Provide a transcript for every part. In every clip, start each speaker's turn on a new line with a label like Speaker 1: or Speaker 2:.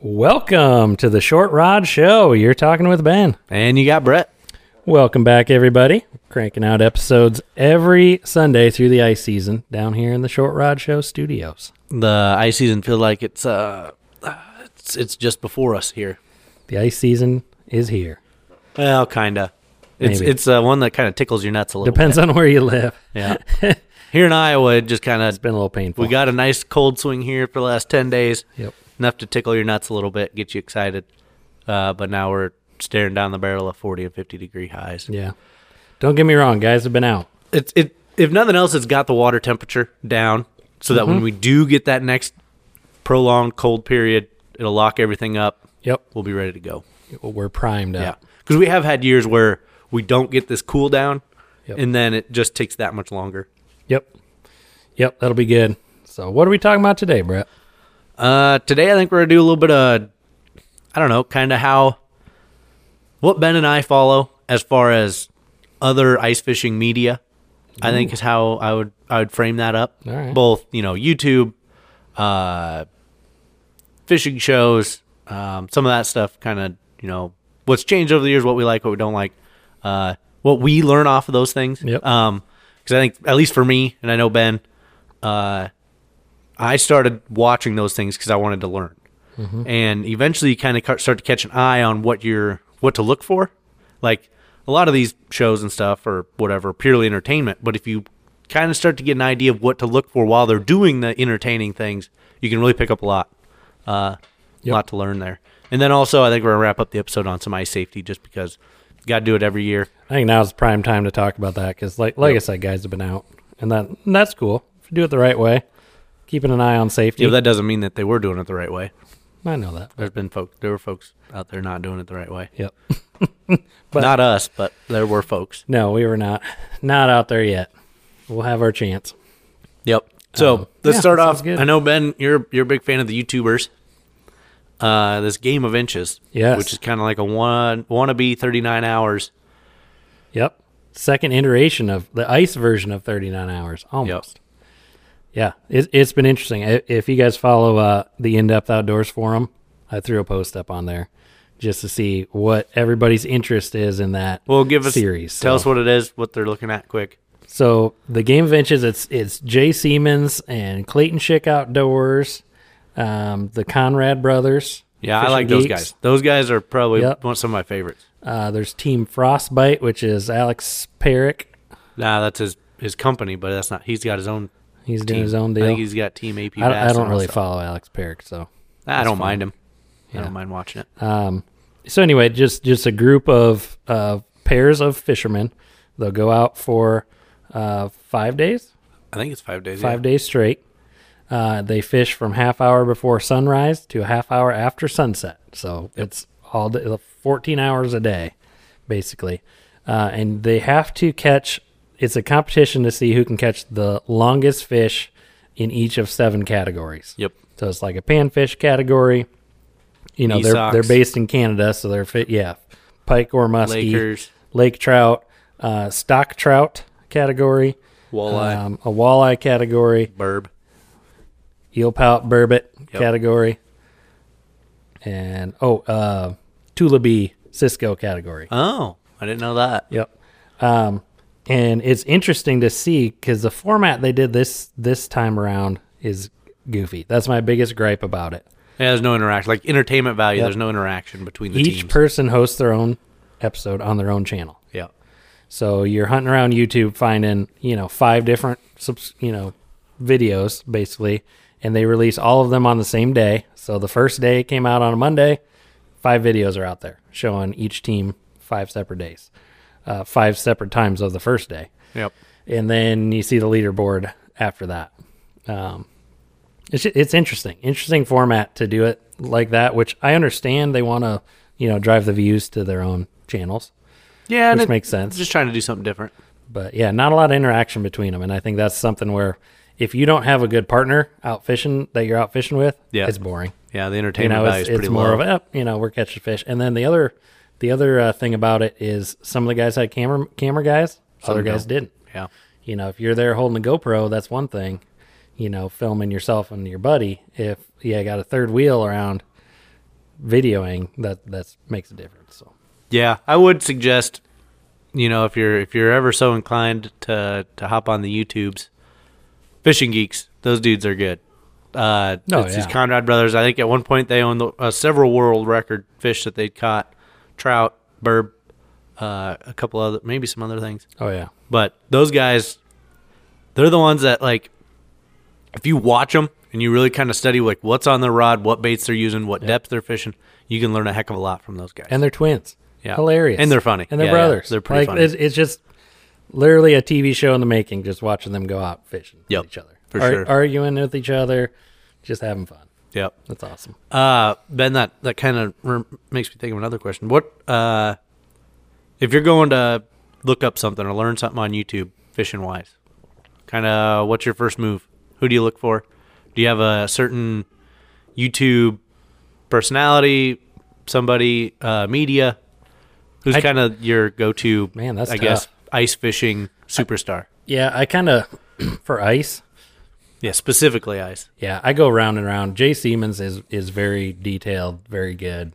Speaker 1: Welcome to the Short Rod Show. You're talking with Ben.
Speaker 2: And you got Brett.
Speaker 1: Welcome back, everybody. Cranking out episodes every Sunday through the ice season down here in the Short Rod Show studios.
Speaker 2: The ice season feel like it's uh it's, it's just before us here.
Speaker 1: The ice season is here.
Speaker 2: Well, kinda. It's
Speaker 1: Maybe.
Speaker 2: it's uh, one that kind of tickles your nuts a little.
Speaker 1: Depends on where you live.
Speaker 2: Bit. Yeah. here in Iowa, it just kind of
Speaker 1: It's been a little painful.
Speaker 2: we got a nice cold swing here for the last ten days.
Speaker 1: Yep.
Speaker 2: Enough to tickle your nuts a little bit, get you excited. Uh, but now we're staring down the barrel of forty and fifty degree highs.
Speaker 1: Yeah. Don't get me wrong, guys have been out.
Speaker 2: it's it if nothing else it's got the water temperature down so that when
Speaker 1: Mm-hmm.
Speaker 2: we do get that next prolonged cold period it'll lock everything up
Speaker 1: Yep.
Speaker 2: we'll be ready to go
Speaker 1: We're primed
Speaker 2: yeah
Speaker 1: up.
Speaker 2: because we have had years where we don't get this cool down
Speaker 1: Yep.
Speaker 2: and then it just takes that much longer
Speaker 1: Yep. Yep, that'll be good. So what are we talking about today, Brett?
Speaker 2: uh today i think we're gonna do a little bit of i don't know kind of how what ben and i follow as far as other ice fishing media i think is how i would i would frame that up
Speaker 1: All right.
Speaker 2: both you know youtube uh fishing shows um some of that stuff kind of you know what's changed over the years what we like what we don't like uh what we learn off of those things
Speaker 1: Yep.
Speaker 2: um because i think at least for me and i know ben uh i started watching those things because i wanted to learn and eventually you kind of ca- start to catch an eye on what you're what to look for like a lot of these shows and stuff or whatever purely entertainment but if you kind of start to get an idea of what to look for while they're doing the entertaining things you can really pick up a lot uh a
Speaker 1: Yep.
Speaker 2: lot to learn there and then also i think we're gonna wrap up the episode on some ice safety just because got to do it every year
Speaker 1: I think now's prime time to talk about that because, like, like I said, guys have been out, and that and that's cool. If you do it the right way, keeping an eye on safety.
Speaker 2: you know that doesn't mean that they were doing it the right way
Speaker 1: I know that.
Speaker 2: there's been folk there were folks out there not doing it the right way
Speaker 1: Yep.
Speaker 2: but, not us but there were folks
Speaker 1: No, we were not not out there yet. We'll have our chance.
Speaker 2: Yep. So
Speaker 1: Um,
Speaker 2: let's
Speaker 1: yeah,
Speaker 2: start
Speaker 1: that
Speaker 2: off.
Speaker 1: sounds good.
Speaker 2: I know Ben, you're you're a big fan of the YouTubers. Uh, this game of inches,
Speaker 1: Yes.
Speaker 2: which is kind of like a one wannabe thirty nine hours.
Speaker 1: Yep. Second iteration of the ice version of 39 hours, almost. Yeah, it, it's been interesting. I- If you guys follow uh, the In Depth Outdoors forum, I threw a post up on there just to see what everybody's interest is in that.
Speaker 2: Well, give us
Speaker 1: series.
Speaker 2: Tell
Speaker 1: So-
Speaker 2: us what it is, what they're looking at, quick.
Speaker 1: So the game ventures it's it's Jay Siemens and Clayton Schick Outdoors, um, the Conrad brothers.
Speaker 2: Yeah, I
Speaker 1: Fishing
Speaker 2: like those
Speaker 1: Geeks.
Speaker 2: guys. Those guys are probably
Speaker 1: Yep.
Speaker 2: one some of my favorites.
Speaker 1: Uh, there's Team Frostbite, which is Alex Perrick.
Speaker 2: Nah, that's his his company, but that's not. He's got his own.
Speaker 1: He's doing
Speaker 2: team.
Speaker 1: his own
Speaker 2: I
Speaker 1: deal.
Speaker 2: think he's got team AP.
Speaker 1: I, don't-
Speaker 2: Bass
Speaker 1: I
Speaker 2: and
Speaker 1: don't
Speaker 2: all
Speaker 1: really
Speaker 2: that stuff.
Speaker 1: follow Alex Perrick, so
Speaker 2: I don't mind him. I
Speaker 1: Yeah.
Speaker 2: don't mind watching it.
Speaker 1: Um, so anyway, just just a group of uh, pairs of fishermen. They'll go out for uh, five days,
Speaker 2: I think it's five days.
Speaker 1: five days straight. Uh, they fish from half hour before sunrise to a half hour after sunset. So it's all day, 14 hours a day, basically. Uh, and they have to catch, it's a competition to see who can catch the longest fish in each of seven categories.
Speaker 2: Yep.
Speaker 1: So it's like a panfish category. You know,
Speaker 2: Sea
Speaker 1: they're they're
Speaker 2: socks.
Speaker 1: based in Canada, so they're fit. Yeah, pike or muskie,
Speaker 2: Lakers.
Speaker 1: lake trout, uh, stock trout category,
Speaker 2: Walleye.
Speaker 1: um, a walleye category,
Speaker 2: Burb.
Speaker 1: eel pout burbot
Speaker 2: Yep.
Speaker 1: category, and oh, uh, tula bee Cisco category.
Speaker 2: Oh, I didn't know that.
Speaker 1: Yep. Um, and it's interesting to see because the format they did this this time around is goofy. That's my biggest gripe about it.
Speaker 2: Yeah, there's no interaction. Like entertainment value,
Speaker 1: Yep.
Speaker 2: there's no interaction between the
Speaker 1: each
Speaker 2: teams.
Speaker 1: person hosts their own episode on their own channel.
Speaker 2: yeah.
Speaker 1: So you're hunting around YouTube finding, you know, five different, subs- you know, videos basically, and they release all of them on the same day. So the first day came out on a Monday. Five videos are out there showing each team five separate days, uh, five separate times of the first day
Speaker 2: Yep.
Speaker 1: and then you see the leaderboard after that. Um, it's it's interesting, interesting format to do it like that. Which I understand they want to, you know, drive the views to their own channels,
Speaker 2: Yeah, and
Speaker 1: which
Speaker 2: it-
Speaker 1: makes sense.
Speaker 2: Just trying to do something different.
Speaker 1: But yeah, not a lot of interaction between them, and I think that's something where if you don't have a good partner out fishing that you're out fishing with,
Speaker 2: Yeah.
Speaker 1: it's boring.
Speaker 2: Yeah, the
Speaker 1: You
Speaker 2: entertainment
Speaker 1: know,
Speaker 2: value
Speaker 1: it's,
Speaker 2: is
Speaker 1: it's
Speaker 2: pretty
Speaker 1: more of
Speaker 2: low.
Speaker 1: a you know we're catching fish, and then the other the other uh, thing about it is some of the guys had camera camera guys, other
Speaker 2: Some don't.
Speaker 1: guys didn't.
Speaker 2: yeah.
Speaker 1: You know, if you're there holding a GoPro, that's one thing. You know, filming yourself and your buddy. If yeah, got a third wheel around, videoing that that makes a difference. So
Speaker 2: Yeah, I would suggest, you know, if you're if you're ever so inclined to to hop on the YouTubes, fishing geeks, those dudes are good. Uh,
Speaker 1: Oh,
Speaker 2: it's these
Speaker 1: yeah.
Speaker 2: Conrad brothers. I think at one point they owned the, uh, several world record fish that they'd caught, trout, burb, uh, a couple other, maybe some other things.
Speaker 1: oh yeah,
Speaker 2: But those guys, they're the ones that like, if you watch them and you really kind of study like what's on their rod, what baits they're using, what depth they're fishing, you can learn a heck of a lot from those guys.
Speaker 1: and they're twins.
Speaker 2: Yeah.
Speaker 1: hilarious,
Speaker 2: And they're funny.
Speaker 1: and they're
Speaker 2: Yeah, yeah.
Speaker 1: brothers.
Speaker 2: They're pretty
Speaker 1: like,
Speaker 2: funny.
Speaker 1: It's, it's just literally a TV show in the making. Just watching them go out fishing
Speaker 2: Yep,
Speaker 1: with each other,
Speaker 2: for
Speaker 1: Ar-
Speaker 2: sure.
Speaker 1: arguing with each other, just having fun.
Speaker 2: yep.
Speaker 1: That's awesome.
Speaker 2: Uh, ben, that that kind of rem- makes me think of another question. What uh, if you're going to look up something or learn something on YouTube, fishing wise? Kind of, what's your first move? Who do you look for? Do you have a certain YouTube personality, somebody, uh, media? Who's
Speaker 1: I-
Speaker 2: kind of your go-to?
Speaker 1: Man, that's
Speaker 2: I
Speaker 1: tough.
Speaker 2: guess ice fishing superstar.
Speaker 1: Yeah, I kind of for ice.
Speaker 2: Yeah, specifically ice.
Speaker 1: Yeah, I go round and round. Jay Siemens is is very detailed, very good.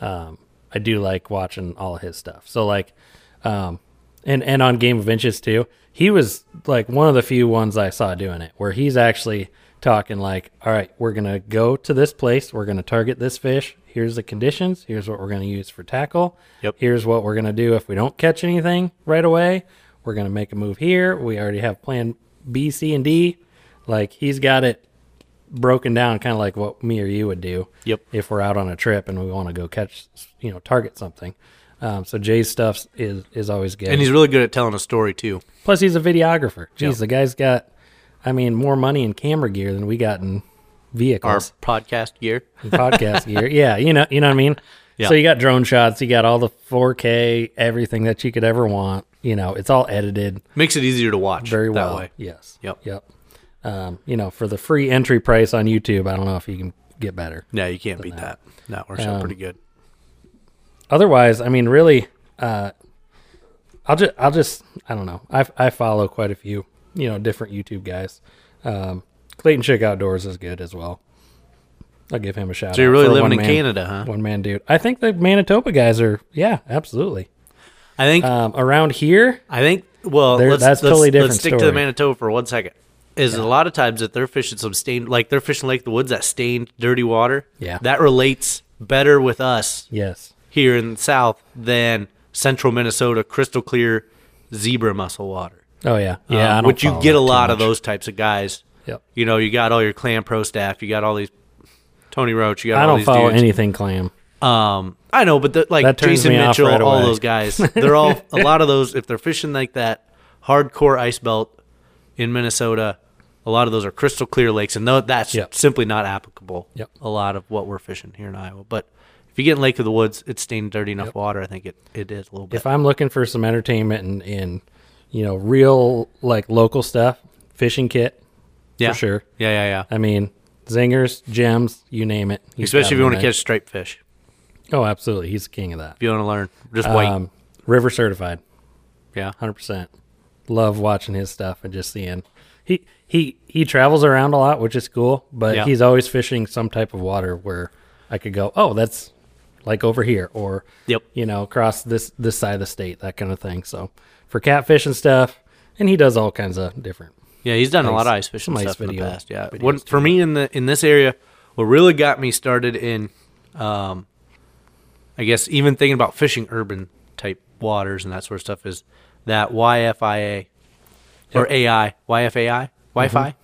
Speaker 1: Um, I do like watching all his stuff. So like, um, and and on Game of Inches too, he was like one of the few ones I saw doing it where he's actually talking like, all right, we're gonna go to this place, we're gonna target this fish. Here's the conditions. Here's what we're gonna use for tackle.
Speaker 2: Yep.
Speaker 1: Here's what we're gonna do if we don't catch anything right away. We're gonna make a move here. We already have plan B, C, and D. Like he's got it broken down kind of like what me or you would do
Speaker 2: Yep.
Speaker 1: if we're out on a trip and we want to go catch you know target something um, so jay's stuff is is always good
Speaker 2: And he's really good at telling a story too.
Speaker 1: plus he's a videographer jeez
Speaker 2: Yeah.
Speaker 1: the guy's got i mean more money in camera gear than we got in
Speaker 2: Our
Speaker 1: vehicles
Speaker 2: podcast gear.
Speaker 1: and podcast gear yeah you know you know what i mean
Speaker 2: Yeah.
Speaker 1: so you got drone shots you got all the 4k everything that you could ever want you know it's all edited
Speaker 2: Makes it easier to watch
Speaker 1: very
Speaker 2: that
Speaker 1: well
Speaker 2: way.
Speaker 1: yes
Speaker 2: Yep.
Speaker 1: yep um, you know for the free entry price on youtube i don't know if you can get better
Speaker 2: No, you can't beat that. That works
Speaker 1: Um,
Speaker 2: out pretty good.
Speaker 1: otherwise, I mean, really, uh, I'll just, I'll just, I don't know. I, I follow quite a few, you know, different YouTube guys. Um, Clayton Chick Outdoors is good as well. I'll give him a shout.
Speaker 2: So you're
Speaker 1: out
Speaker 2: really
Speaker 1: for a
Speaker 2: living in
Speaker 1: one-man-
Speaker 2: Canada, huh?
Speaker 1: One man dude. I think the Manitoba guys are, yeah, absolutely.
Speaker 2: I think.
Speaker 1: Um, around here,
Speaker 2: I think. Well,
Speaker 1: There-
Speaker 2: let's,
Speaker 1: that's
Speaker 2: let's,
Speaker 1: totally different
Speaker 2: Let's stick to
Speaker 1: story.
Speaker 2: the Manitoba for one second. Is a lot of times that they're fishing some stained, like they're fishing Lake of the Woods, that stained, dirty water.
Speaker 1: Yeah.
Speaker 2: That relates better with us
Speaker 1: yes,
Speaker 2: here in the South than Central Minnesota, crystal clear zebra mussel water.
Speaker 1: oh yeah, yeah.
Speaker 2: Um,
Speaker 1: I don't
Speaker 2: which you
Speaker 1: follow
Speaker 2: get
Speaker 1: that
Speaker 2: a
Speaker 1: too
Speaker 2: lot of
Speaker 1: much.
Speaker 2: those types of guys.
Speaker 1: Yep.
Speaker 2: You know, you got all your Clam Pro staff, you got all these Tony Roach, you got
Speaker 1: I
Speaker 2: all
Speaker 1: don't
Speaker 2: these
Speaker 1: follow
Speaker 2: dudes.
Speaker 1: anything clam.
Speaker 2: Um, I know, but the, like
Speaker 1: That turns
Speaker 2: Jason
Speaker 1: me off
Speaker 2: Mitchell,
Speaker 1: right
Speaker 2: all
Speaker 1: away.
Speaker 2: those guys, they're all a lot of those. If they're fishing like that, hardcore ice belt in Minnesota, a lot of those are crystal clear lakes, and tho- that's
Speaker 1: Yep.
Speaker 2: simply not applicable.
Speaker 1: Yep.
Speaker 2: A lot of what we're fishing here in Iowa, but if you get in Lake of the Woods, it's stained dirty enough water. I think it, it is a little bit.
Speaker 1: if I'm looking for some entertainment and, and you know real like local stuff, fishing kit,
Speaker 2: yeah,
Speaker 1: for sure.
Speaker 2: Yeah, yeah, yeah.
Speaker 1: I mean, zingers, gems, you name it. He's got
Speaker 2: Especially if you
Speaker 1: them
Speaker 2: want to
Speaker 1: there.
Speaker 2: catch striped fish,
Speaker 1: Oh, absolutely. He's the king of that.
Speaker 2: if you want to learn just white.
Speaker 1: Um, river certified,
Speaker 2: yeah,
Speaker 1: 100%. Love watching his stuff and just seeing. He he he travels around a lot, which is cool, but
Speaker 2: Yeah.
Speaker 1: he's always fishing some type of water where I could go, "Oh, that's like over here or
Speaker 2: Yep.
Speaker 1: you know, across this this side of the state, that kind of thing." So, for catfish and stuff, and he does all kinds of different.
Speaker 2: Yeah, he's done a lot of ice fishing
Speaker 1: some ice
Speaker 2: stuff in
Speaker 1: video-
Speaker 2: the past. Yeah,
Speaker 1: videos
Speaker 2: When- for me in the in this area, what really got me started in, um, I guess even thinking about fishing urban type waters and that sort of stuff is that YFIA or AI YFAI Wi-Fi.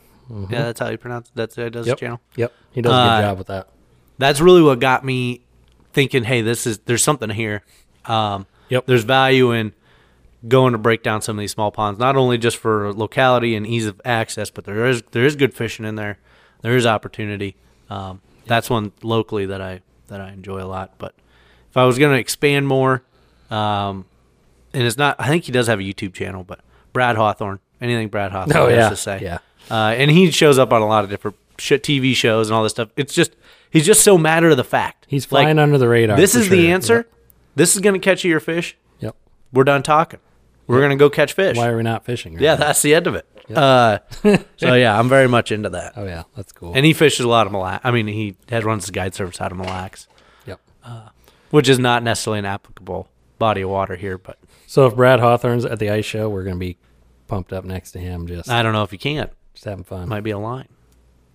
Speaker 2: Yeah, that's how you pronounce. It. That's how it does
Speaker 1: Mm-hmm. Yep.
Speaker 2: the channel.
Speaker 1: Yep. He does a
Speaker 2: Uh,
Speaker 1: good job with that.
Speaker 2: That's really what got me thinking. Hey, this is there's something here. Um,
Speaker 1: Yep.
Speaker 2: There's value in going to break down some of these small ponds, not only just for locality and ease of access, but there is there is good fishing in there. There is opportunity. Um, That's one locally that I that I enjoy a lot. But if I was going to expand more, um, and it's not, I think he does have a YouTube channel, but Brad Hawthorne, anything Brad Hawthorne
Speaker 1: Oh,
Speaker 2: has
Speaker 1: yeah,
Speaker 2: to say,
Speaker 1: yeah.
Speaker 2: uh, and he shows up on a lot of different shit TV shows and all this stuff. It's just he's just so matter of the fact.
Speaker 1: He's
Speaker 2: Like,
Speaker 1: flying under the radar.
Speaker 2: This
Speaker 1: for
Speaker 2: is the
Speaker 1: sure.
Speaker 2: answer.
Speaker 1: Yep.
Speaker 2: This is going to catch you your fish
Speaker 1: Yep.
Speaker 2: we're done talking. We're gonna go catch fish.
Speaker 1: Why are we not fishing? right
Speaker 2: Yeah,
Speaker 1: now?
Speaker 2: that's the end of it. Uh, so yeah, I'm very much into that.
Speaker 1: Oh yeah, that's cool.
Speaker 2: And he fishes a lot of Mille Lacs. I mean, he had runs the guide service out of Mille Lacs.
Speaker 1: yep.
Speaker 2: which is not necessarily an applicable body of water here. But
Speaker 1: So if Brad Hawthorne's at the ice show, we're gonna be pumped up next to him, just
Speaker 2: I don't know if you can't.
Speaker 1: just having fun.
Speaker 2: Might be a line.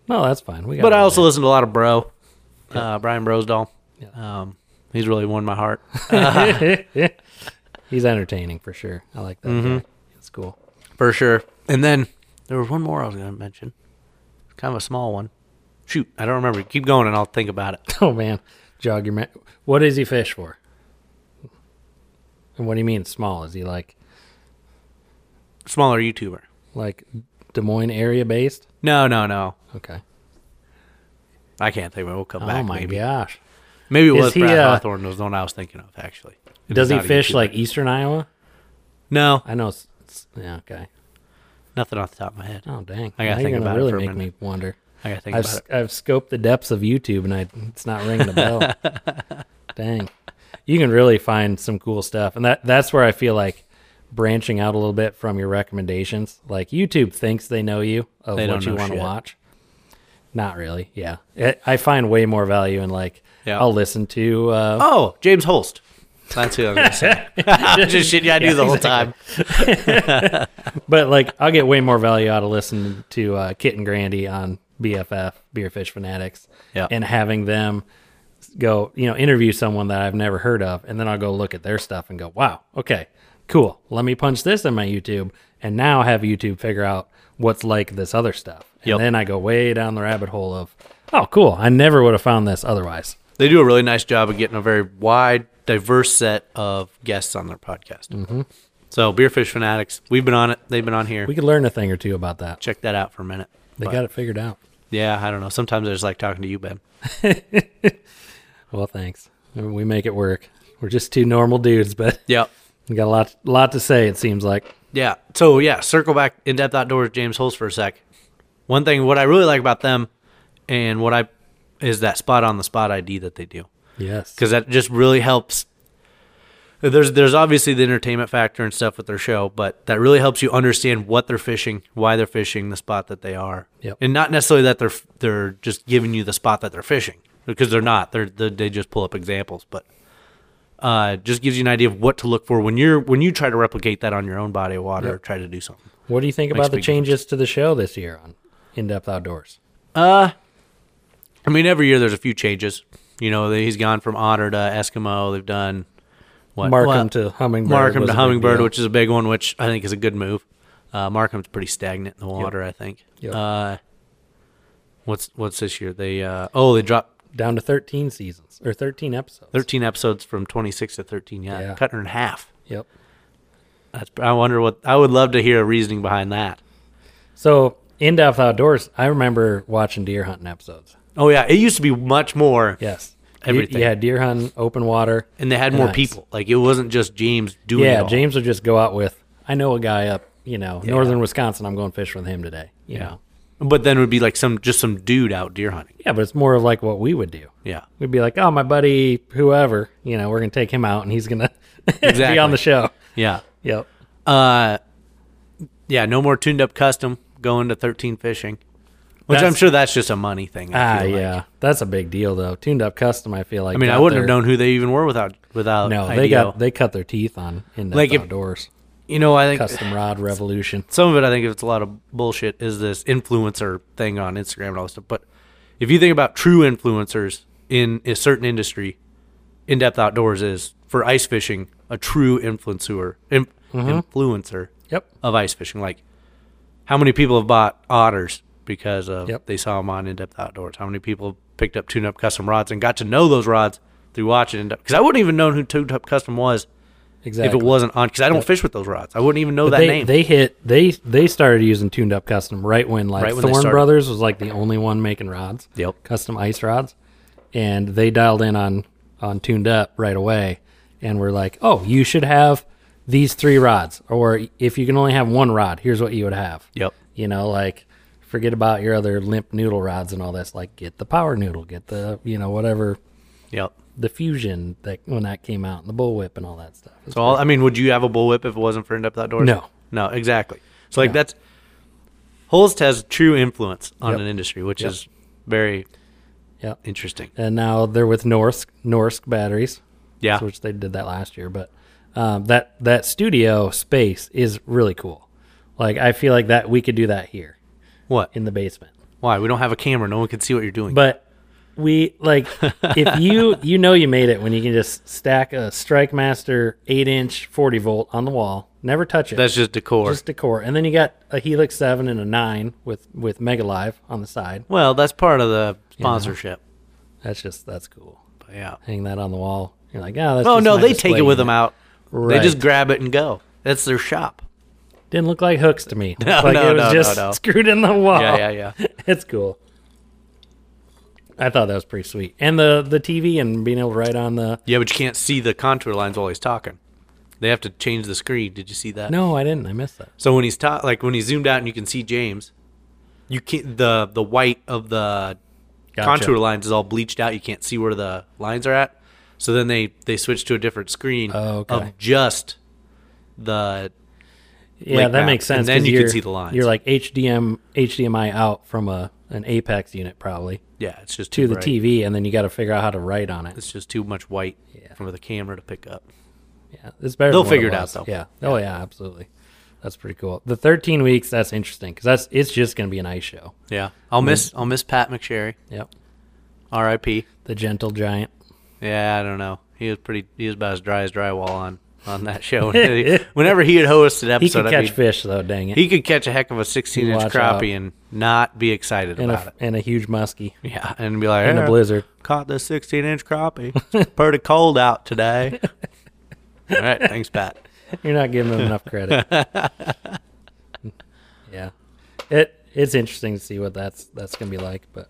Speaker 1: no, that's fine. We got
Speaker 2: But I
Speaker 1: all
Speaker 2: also listen to a lot of Bro, uh, Brian Brosdahl.
Speaker 1: Yeah.
Speaker 2: Um, he's really won my heart.
Speaker 1: that. he's entertaining for sure. I like that.
Speaker 2: Mm-hmm.
Speaker 1: guy. It's cool.
Speaker 2: For sure. And then there was one more I was going to mention. Kind of a small one. Shoot, I don't remember. Keep going and I'll think about it.
Speaker 1: Oh man, jog your. Ma- what does he fish for? And what do you mean small? Is he like
Speaker 2: Smaller YouTuber.
Speaker 1: like Des Moines area based?
Speaker 2: No, no, no.
Speaker 1: Okay.
Speaker 2: I can't think of it. We'll come
Speaker 1: oh
Speaker 2: back.
Speaker 1: my
Speaker 2: maybe.
Speaker 1: gosh.
Speaker 2: Maybe it
Speaker 1: Is
Speaker 2: was
Speaker 1: he,
Speaker 2: Brad
Speaker 1: uh,
Speaker 2: Hawthorne was the one I was thinking of, actually. It
Speaker 1: Does
Speaker 2: was
Speaker 1: he
Speaker 2: not a
Speaker 1: fish
Speaker 2: YouTuber.
Speaker 1: like eastern Iowa?
Speaker 2: No,
Speaker 1: I know. It's, it's- yeah. Okay.
Speaker 2: nothing off the top of my head.
Speaker 1: Oh dang.
Speaker 2: I gotta
Speaker 1: Now you're
Speaker 2: think
Speaker 1: gonna
Speaker 2: about it
Speaker 1: really
Speaker 2: for a
Speaker 1: make
Speaker 2: minute.
Speaker 1: me wonder.
Speaker 2: I got to think
Speaker 1: I've
Speaker 2: about it.
Speaker 1: I've scoped the depths of YouTube and I it's not ringing a bell. Dang, you can really find some cool stuff, and that that's where I feel like branching out a little bit from your recommendations. Like YouTube thinks they know you of
Speaker 2: They
Speaker 1: what
Speaker 2: don't
Speaker 1: you
Speaker 2: know
Speaker 1: want to
Speaker 2: shit.
Speaker 1: watch. Not really. Yeah, I I find way more value in like
Speaker 2: Yeah.
Speaker 1: I'll listen to. Uh,
Speaker 2: Oh, James Holst. That's who I'm going to say. Just shit yeah, I knew the whole time.
Speaker 1: But like I'll get way more value out of listening to uh, Kit and Grandy on BFF Beer Fish Fanatics.
Speaker 2: Yeah.
Speaker 1: and having them go, you know, interview someone that I've never heard of, and then I'll go look at their stuff and go, wow, okay, cool. Let me punch this in my YouTube, and now have YouTube figure out what's like this other stuff, and
Speaker 2: Yep.
Speaker 1: then I go way down the rabbit hole of, oh, cool, I never would have found this otherwise.
Speaker 2: They do a really nice job of getting a very wide, diverse set of guests on their podcast.
Speaker 1: Mm-hmm.
Speaker 2: So, Beerfish Fanatics, we've been on it. They've been on here.
Speaker 1: We could learn a thing or two about that.
Speaker 2: Check that out for a minute.
Speaker 1: They
Speaker 2: But,
Speaker 1: got it figured out.
Speaker 2: yeah, I don't know. Sometimes I just like talking to you, Ben.
Speaker 1: Well, thanks. We make it work. We're just two normal dudes, but
Speaker 2: Yep.
Speaker 1: we got a lot, lot to say. It seems like.
Speaker 2: Yeah. So, yeah, circle back in depth outdoors, James Holst for a sec. One thing, what I really like about them and what I is that spot on the spot ID that they do.
Speaker 1: Yes.
Speaker 2: because that just really helps. There's there's obviously the entertainment factor and stuff with their show, but that really helps you understand what they're fishing, why they're fishing, the spot that they are,
Speaker 1: Yep.
Speaker 2: and not necessarily that they're they're just giving you the spot that they're fishing because they're not. They're, they they just pull up examples, but uh, just gives you an idea of what to look for when you're when you try to replicate that on your own body of water or try to do something.
Speaker 1: What do you think
Speaker 2: Makes
Speaker 1: about the
Speaker 2: big difference.
Speaker 1: changes to the show this year on In Depth Outdoors?
Speaker 2: I mean, every year there's a few changes. You know, he's gone from otter to Eskimo. They've done what
Speaker 1: Markham
Speaker 2: well-
Speaker 1: to Hummingbird.
Speaker 2: Markham
Speaker 1: was
Speaker 2: to
Speaker 1: a big
Speaker 2: Hummingbird,
Speaker 1: deal.
Speaker 2: which is a big one, which I think is a good move. Uh, Markham's pretty stagnant in the water, I think.
Speaker 1: Yep.
Speaker 2: Uh, what's what's this year? They uh, oh they dropped
Speaker 1: down to 13 seasons or 13 episodes.
Speaker 2: thirteen episodes from twenty six to thirteen. Yeah,
Speaker 1: Yeah.
Speaker 2: cutting her in half.
Speaker 1: Yep.
Speaker 2: That's, I wonder what I would love to hear a reasoning behind that.
Speaker 1: So in depth outdoors, I remember watching deer hunting episodes.
Speaker 2: Oh yeah, it used to be much more,
Speaker 1: Yes, You-
Speaker 2: Everything.
Speaker 1: You, had deer hunting, open water.
Speaker 2: and they had more
Speaker 1: Nice.
Speaker 2: people. Like it wasn't just James doing. it
Speaker 1: Yeah,
Speaker 2: all.
Speaker 1: James would just go out with. I know a guy up, you know, northern Wisconsin. I'm going fishing with him today. You
Speaker 2: Yeah.
Speaker 1: know.
Speaker 2: But then it would be like some just some dude out deer hunting.
Speaker 1: Yeah, but it's more of like what we would do.
Speaker 2: Yeah,
Speaker 1: We'd be like, oh, my buddy, whoever, you know, we're gonna take him out, and he's gonna be on
Speaker 2: Exactly.
Speaker 1: the show.
Speaker 2: yeah.
Speaker 1: Yep.
Speaker 2: Uh, yeah, no more tuned up custom going to 13 fishing, which I'm
Speaker 1: That's-
Speaker 2: sure that's just a money thing. I
Speaker 1: Ah,
Speaker 2: feel like.
Speaker 1: yeah, that's a big deal though. Tuned up custom, I feel like.
Speaker 2: I mean, I
Speaker 1: got
Speaker 2: wouldn't
Speaker 1: their-
Speaker 2: have known who they even were without without.
Speaker 1: No,
Speaker 2: IDO.
Speaker 1: they got they cut their teeth on in depth
Speaker 2: Like if-
Speaker 1: outdoors.
Speaker 2: you know. I think
Speaker 1: Custom rod revolution.
Speaker 2: some of it. I think it's a lot of bullshit. Is this influencer thing on Instagram and all this stuff? But if you think about true influencers in a certain industry, in depth outdoors is for ice fishing a true influencer in,
Speaker 1: Mm-hmm.
Speaker 2: influencer
Speaker 1: Yep.
Speaker 2: of ice fishing. Like, how many people have bought otters because of
Speaker 1: Yep.
Speaker 2: they saw them on In Depth Outdoors? How many people have picked up tuned up custom rods and got to know those rods through watching In Depth? Because I wouldn't even know who tuned up custom was
Speaker 1: Exactly.
Speaker 2: if it wasn't on. Because I don't fish with those rods. I wouldn't even know that
Speaker 1: they,
Speaker 2: name.
Speaker 1: they hit they they started using tuned up custom right when like
Speaker 2: Right when they
Speaker 1: Thorn
Speaker 2: started.
Speaker 1: Brothers was like the only one making rods.
Speaker 2: Yep.
Speaker 1: Custom ice rods. And they dialed in on on tuned up right away and were like, "Oh, you should have these three rods or if you can only have one rod, here's what you would have."
Speaker 2: yep.
Speaker 1: You know, like forget about your other limp noodle rods and all this. Like get the power noodle, get the you know whatever
Speaker 2: Yep.
Speaker 1: the fusion that when that came out and the bullwhip and all that stuff.
Speaker 2: So all, I mean, would you have a bullwhip if it wasn't for In Depth Outdoors?
Speaker 1: No.
Speaker 2: No. Exactly. So like that's Holst has true influence on
Speaker 1: Yep.
Speaker 2: an industry, which
Speaker 1: Yep.
Speaker 2: is very
Speaker 1: Yep.
Speaker 2: Interesting.
Speaker 1: and now they're with Norsk Norsk batteries.
Speaker 2: Yeah.
Speaker 1: which they did that last year. But um, that that studio space is really cool. Like I feel like that we could do that here
Speaker 2: What?
Speaker 1: in the basement.
Speaker 2: Why? We don't have a camera. No one can see what you're doing.
Speaker 1: But we like if you you know you made it when you can just stack a Strike Master eight inch forty volt on the wall, never touch it.
Speaker 2: That's just decor.
Speaker 1: just decor, and then you got a Helix seven and a nine with with Mega Live on the side.
Speaker 2: well, that's part of the sponsorship.
Speaker 1: That's just that's cool.
Speaker 2: But yeah.
Speaker 1: Hang that on the wall. You're like, oh, that's
Speaker 2: Oh
Speaker 1: just
Speaker 2: no,
Speaker 1: my
Speaker 2: they take
Speaker 1: display
Speaker 2: it with them
Speaker 1: unit."
Speaker 2: out.
Speaker 1: Right.
Speaker 2: They just grab it and go. That's their shop.
Speaker 1: Didn't look like hooks to me. It's like
Speaker 2: no,
Speaker 1: it was
Speaker 2: no, no,
Speaker 1: just
Speaker 2: no.
Speaker 1: screwed in the wall.
Speaker 2: Yeah, yeah, yeah.
Speaker 1: it's cool. I thought that was pretty sweet. And the the TV and being able to write on the
Speaker 2: Yeah, but you can't see the contour lines while he's talking. They have to change the screen. Did you see that?
Speaker 1: No, I didn't. I missed that.
Speaker 2: So when he's ta- like when he's zoomed out and you can see James, you can't the the white of the
Speaker 1: Gotcha.
Speaker 2: contour lines is all bleached out. You can't see where the lines are at. So then they they switch to a different screen
Speaker 1: Oh, okay.
Speaker 2: of just the
Speaker 1: Yeah,
Speaker 2: Link
Speaker 1: that
Speaker 2: map.
Speaker 1: makes sense.
Speaker 2: And then
Speaker 1: 'cause
Speaker 2: you can
Speaker 1: you're-
Speaker 2: see the lines.
Speaker 1: You're like HDM HDMI out from a an Apex unit probably
Speaker 2: yeah. It's just
Speaker 1: to
Speaker 2: too
Speaker 1: the
Speaker 2: bright.
Speaker 1: TV, and then you got to figure out how to write on it.
Speaker 2: It's just too much white
Speaker 1: Yeah.
Speaker 2: for the camera to pick up.
Speaker 1: Yeah, it's better.
Speaker 2: They'll
Speaker 1: than what
Speaker 2: figure it out,
Speaker 1: was.
Speaker 2: though.
Speaker 1: Yeah. Oh yeah, absolutely. That's pretty cool. The 13 weeks. That's interesting because that's it's just gonna be an ice show.
Speaker 2: Yeah, I'll
Speaker 1: Mm.
Speaker 2: miss I'll miss Pat McSherry,
Speaker 1: Yep.
Speaker 2: R.I.P.
Speaker 1: The gentle giant.
Speaker 2: Yeah, I don't know. He was pretty. He was about as dry as drywall on on that show. Whenever he would host an
Speaker 1: He
Speaker 2: episode,
Speaker 1: could
Speaker 2: I'd
Speaker 1: catch
Speaker 2: be-
Speaker 1: fish though. Dang it.
Speaker 2: He could catch a heck of a 16 inch
Speaker 1: Watch
Speaker 2: crappie
Speaker 1: out.
Speaker 2: and not be excited
Speaker 1: and
Speaker 2: about
Speaker 1: a, and a huge muskie
Speaker 2: it. Yeah, and be like,
Speaker 1: and a
Speaker 2: "Eh,
Speaker 1: blizzard.
Speaker 2: caught the 16 inch crappie. It's pretty cold out today. All right, thanks, Pat.
Speaker 1: You're not giving them enough credit. yeah, it it's interesting to see what that's that's gonna be like. But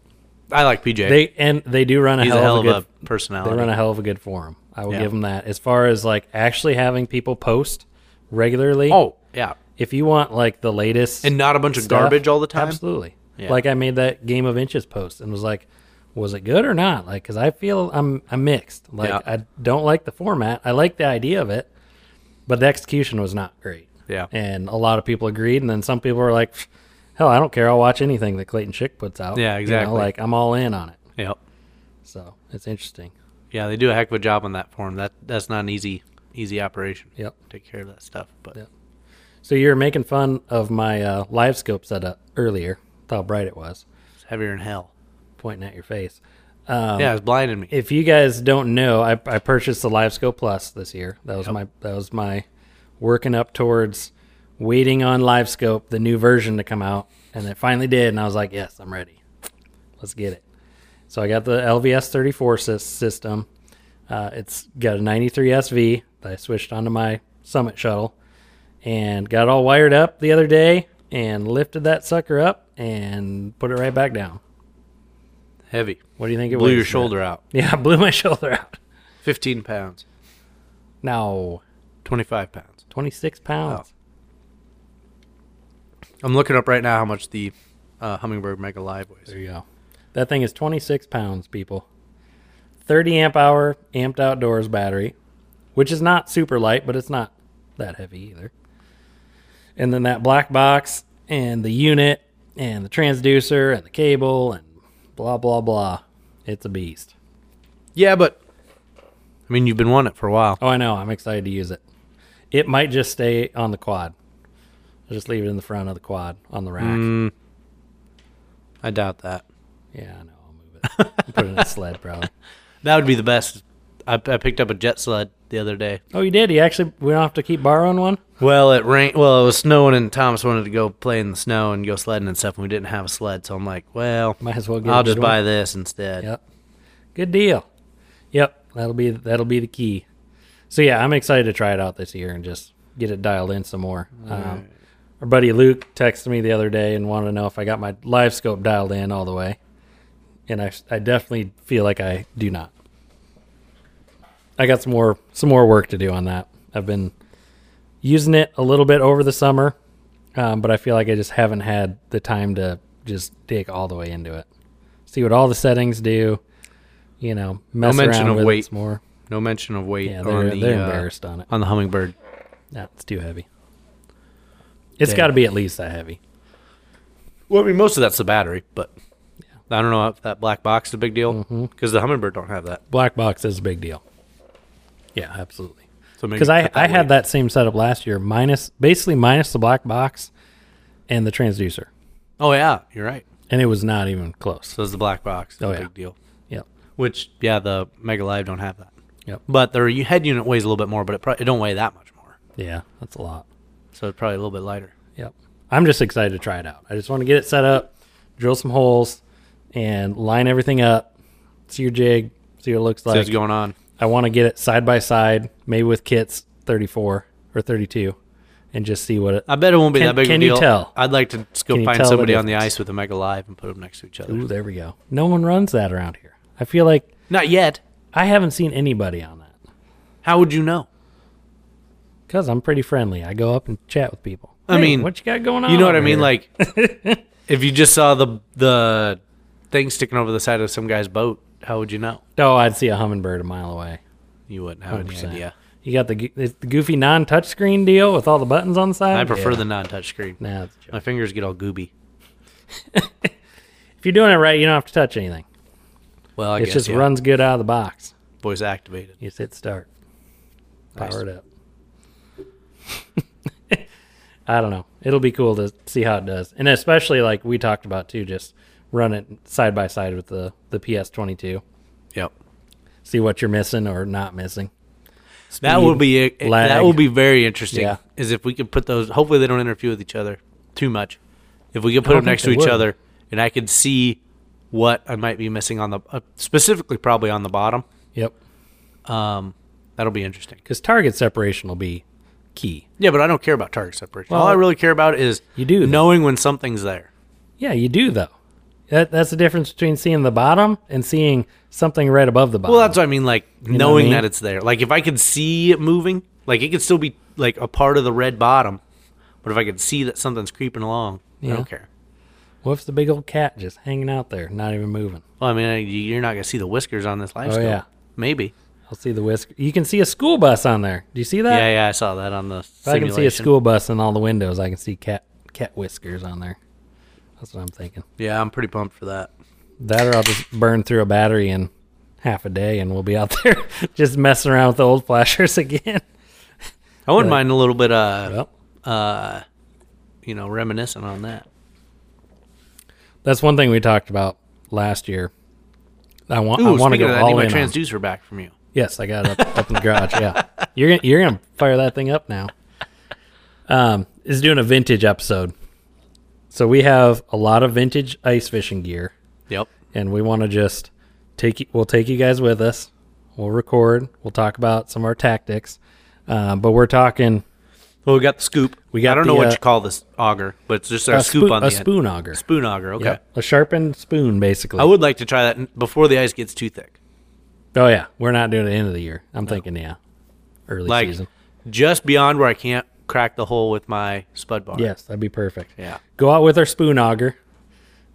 Speaker 2: I like PJ.
Speaker 1: they and they do run a,
Speaker 2: He's
Speaker 1: hell,
Speaker 2: a hell of
Speaker 1: good,
Speaker 2: a
Speaker 1: they run
Speaker 2: personality.
Speaker 1: a hell of a good forum. I will
Speaker 2: Yeah.
Speaker 1: give them that. As far as like actually having people post regularly,
Speaker 2: oh, yeah.
Speaker 1: if you want like the latest
Speaker 2: And not a bunch of
Speaker 1: stuff,
Speaker 2: garbage all the time.
Speaker 1: absolutely.
Speaker 2: Yeah.
Speaker 1: Like I made that game of inches post and was like, was it good or not? Like, cause I feel I'm I'm mixed. Like
Speaker 2: Yeah.
Speaker 1: I don't like the format. I like the idea of it, but the execution was not great.
Speaker 2: Yeah.
Speaker 1: And a lot of people agreed, and then some people were like, "Hell, I don't care. I'll watch anything that Clayton Schick puts out."
Speaker 2: Yeah,
Speaker 1: You know,
Speaker 2: exactly.
Speaker 1: like I'm all in on it.
Speaker 2: Yep.
Speaker 1: So it's interesting.
Speaker 2: Yeah, they do a heck of a job on that form. That That's not an easy easy operation.
Speaker 1: Yep.
Speaker 2: Take care of that stuff. But
Speaker 1: Yep. So you were making fun of my uh, live scope setup earlier. How bright it was,
Speaker 2: it's heavier than hell.
Speaker 1: pointing at your face. Um,
Speaker 2: yeah, it's blinding me.
Speaker 1: if you guys don't know, I, I purchased the LiveScope Plus this year. That was my that was my working up towards waiting on LiveScope, the new version to come out, and it finally did. And I was like, yes, I'm ready. Let's get it. So I got the LVS 34 sys- system. Uh, it's got a 93 SV that I switched onto my Summit shuttle, and got all wired up the other day, and lifted that sucker up and put it right back down.
Speaker 2: Heavy.
Speaker 1: What do you think it was?
Speaker 2: Blew your shoulder out.
Speaker 1: Yeah, blew my shoulder out.
Speaker 2: 15 pounds,
Speaker 1: No,
Speaker 2: 25 pounds.
Speaker 1: 26 pounds.
Speaker 2: I'm looking up right now how much the uh, hummingbird mega live weighs.
Speaker 1: There you go. That thing is 26 pounds, people. 30 amp hour amped outdoors battery, which is not super light, but it's not that heavy either. And then that black box and the unit and the transducer and the cable and blah, blah, blah. It's a beast.
Speaker 2: Yeah, but I mean, you've been wanting it for a while.
Speaker 1: Oh, I know. I'm excited to use it. It might just stay on the quad. I'll just leave it in the front of the quad on the rack.
Speaker 2: I doubt that.
Speaker 1: Yeah, I know. I'll move it. Put it in a sled, probably.
Speaker 2: That would be the best. I, I picked up a jet sled the other day.
Speaker 1: Oh, you did. You actually we don't have to keep borrowing one.
Speaker 2: Well, it rained. Well, it was snowing, and Thomas wanted to go play in the snow and go sledding and stuff, and we didn't have a sled, so I'm like, well,
Speaker 1: Might as well get. a
Speaker 2: I'll
Speaker 1: good
Speaker 2: just buy
Speaker 1: one.
Speaker 2: this instead.
Speaker 1: Yep. Good deal. Yep. That'll be that'll be the key. So yeah, I'm excited to try it out this year and just get it dialed in some more. Um, our buddy Luke texted me the other day and wanted to know if I got my live scope dialed in all the way, and I I definitely feel like I do not. I got some more some more work to do on that. I've been using it a little bit over the summer, um, but I feel like I just haven't had the time to just dig all the way into it, see what all the settings do. You know, mess
Speaker 2: mention
Speaker 1: around
Speaker 2: of
Speaker 1: with
Speaker 2: weight.
Speaker 1: it some more.
Speaker 2: No mention of weight
Speaker 1: Yeah,
Speaker 2: on
Speaker 1: they're,
Speaker 2: the
Speaker 1: they're
Speaker 2: uh,
Speaker 1: embarrassed on it.
Speaker 2: on the hummingbird.
Speaker 1: That's too heavy. It's
Speaker 2: Damn.
Speaker 1: got to be at least that heavy.
Speaker 2: Well, I mean, most of that's the battery, but I don't know if that black box is a big deal
Speaker 1: Mm-hmm.
Speaker 2: because the hummingbird don't have that.
Speaker 1: Black box is a big deal. Yeah, absolutely.
Speaker 2: So maybe
Speaker 1: Because I,
Speaker 2: cut
Speaker 1: I
Speaker 2: weight.
Speaker 1: had that same setup last year, minus basically minus the black box and the transducer,
Speaker 2: Oh yeah, you're right.
Speaker 1: and it was not even close.
Speaker 2: So is the black box.
Speaker 1: Oh,
Speaker 2: a
Speaker 1: yeah.
Speaker 2: big deal.
Speaker 1: Yep,
Speaker 2: Which yeah, the Mega Live don't have that.
Speaker 1: yep,
Speaker 2: But their head unit weighs a little bit more, but it probably it don't weigh that much more.
Speaker 1: yeah, that's a lot.
Speaker 2: So it's probably a little bit lighter.
Speaker 1: Yep, I'm just excited to try it out. I just want to get it set up, drill some holes, and line everything up. See your jig, see what it looks
Speaker 2: so
Speaker 1: like.
Speaker 2: what's going on?
Speaker 1: I want to get it side by side, maybe with kits 34 or 32, and just see what it.
Speaker 2: I bet it won't be
Speaker 1: Can-
Speaker 2: that big
Speaker 1: can
Speaker 2: of a
Speaker 1: you
Speaker 2: deal.
Speaker 1: tell?
Speaker 2: I'd like to just go
Speaker 1: Can you
Speaker 2: find
Speaker 1: tell the
Speaker 2: somebody on the
Speaker 1: difference?
Speaker 2: ice with a Mega Live and put them next to each other.
Speaker 1: Ooh, there we go. No one runs that around here. I feel like
Speaker 2: Not yet.
Speaker 1: I haven't seen anybody on that
Speaker 2: How would you know?
Speaker 1: because I'm pretty friendly. I go up and chat with people.
Speaker 2: I
Speaker 1: Hey,
Speaker 2: mean,
Speaker 1: what you got going on?
Speaker 2: You know what I
Speaker 1: over
Speaker 2: mean?
Speaker 1: here?
Speaker 2: Like, if you just saw the the thing sticking over the side of some guy's boat, how would you know?
Speaker 1: oh, I'd see a hummingbird a mile away.
Speaker 2: You wouldn't have any
Speaker 1: 100%.
Speaker 2: idea.
Speaker 1: You got the, go- it's the goofy non-touchscreen deal with all the buttons on the side.
Speaker 2: I prefer
Speaker 1: Yeah.
Speaker 2: the non-touch screen.
Speaker 1: Nah, it's a joke.
Speaker 2: My fingers get all gooby.
Speaker 1: if you're doing it right, you don't have to touch anything.
Speaker 2: Well, I
Speaker 1: It
Speaker 2: guess
Speaker 1: just
Speaker 2: yeah.
Speaker 1: runs good out of the box.
Speaker 2: voice activated.
Speaker 1: You just hit start. Power
Speaker 2: Nice.
Speaker 1: it up. I don't know. It'll be cool to see how it does. And especially like we talked about too, just run it side by side with the, the PS22.
Speaker 2: Yep.
Speaker 1: See what you're missing or not missing.
Speaker 2: That
Speaker 1: Speed,
Speaker 2: would be it,
Speaker 1: lag.
Speaker 2: that would be very interesting.
Speaker 1: Yeah.
Speaker 2: Is if we could put those. Hopefully, they don't interfere with each other too much. If we could put
Speaker 1: don't
Speaker 2: them next to
Speaker 1: think
Speaker 2: each
Speaker 1: they would.
Speaker 2: other, and I could see what I might be missing on the uh, specifically probably on the bottom.
Speaker 1: Yep.
Speaker 2: Um, that'll be interesting.
Speaker 1: Because target separation will be key.
Speaker 2: Yeah, but I don't care about target separation. All
Speaker 1: Well,
Speaker 2: I really care about is
Speaker 1: you do, though.
Speaker 2: knowing when something's there.
Speaker 1: Yeah, you do though. That, that's the difference between seeing the bottom and seeing something right above the bottom.
Speaker 2: Well, that's what I mean. Like knowing
Speaker 1: know what I mean?
Speaker 2: that it's there. Like if I could see it moving, like it could still be like a part of the red bottom, but if I could see that something's creeping along, I
Speaker 1: Yeah.
Speaker 2: don't care.
Speaker 1: what if the big old cat just hanging out there, not even moving?
Speaker 2: Well, I mean, I- you're not gonna see the whiskers on this live.
Speaker 1: Oh,
Speaker 2: scope.
Speaker 1: yeah.
Speaker 2: maybe.
Speaker 1: I'll see the whisk. You can see a school bus on there. Do you see that?
Speaker 2: Yeah, yeah. I saw that on the
Speaker 1: If I can
Speaker 2: simulation.
Speaker 1: see a school bus in all the windows, I can see cat cat whiskers on there. That's what I'm thinking.
Speaker 2: Yeah, I'm pretty pumped for that.
Speaker 1: That or I'll just burn through a battery in half a day and we'll be out there just messing around with the old flashers again.
Speaker 2: I wouldn't mind a little bit. Uh,
Speaker 1: Well,
Speaker 2: uh, you know, reminiscing on that.
Speaker 1: that's one thing we talked about last year. I want
Speaker 2: Ooh,
Speaker 1: I want to
Speaker 2: speaking
Speaker 1: go
Speaker 2: of that, I
Speaker 1: all
Speaker 2: need
Speaker 1: in.
Speaker 2: my
Speaker 1: on-
Speaker 2: transducer back from you.
Speaker 1: Yes, I got it up, up in the garage. Yeah, you're gonna, you're gonna fire that thing up now. Um, is doing a vintage episode, so we have a lot of vintage ice fishing gear,
Speaker 2: Yep.
Speaker 1: and we want to just take you- we'll take you guys with us. We'll record. We'll talk about some of our tactics, um, but we're talking
Speaker 2: Well, we got the scoop. We
Speaker 1: got
Speaker 2: I don't
Speaker 1: the,
Speaker 2: know what
Speaker 1: uh,
Speaker 2: you call this auger, but it's just our
Speaker 1: a,
Speaker 2: scoop
Speaker 1: spoon,
Speaker 2: on
Speaker 1: a
Speaker 2: the end.
Speaker 1: spoon auger,
Speaker 2: Spoon auger. Okay.
Speaker 1: Yep, a sharpened spoon, basically.
Speaker 2: I would like to try that n- before the ice gets too thick.
Speaker 1: oh yeah, we're not doing it at the end of the year. I'm thinking yeah, early
Speaker 2: Like
Speaker 1: season.
Speaker 2: just beyond where I can't crack the hole with my spud bar.
Speaker 1: Yes, that'd be perfect.
Speaker 2: Yeah.
Speaker 1: go out with our spoon auger.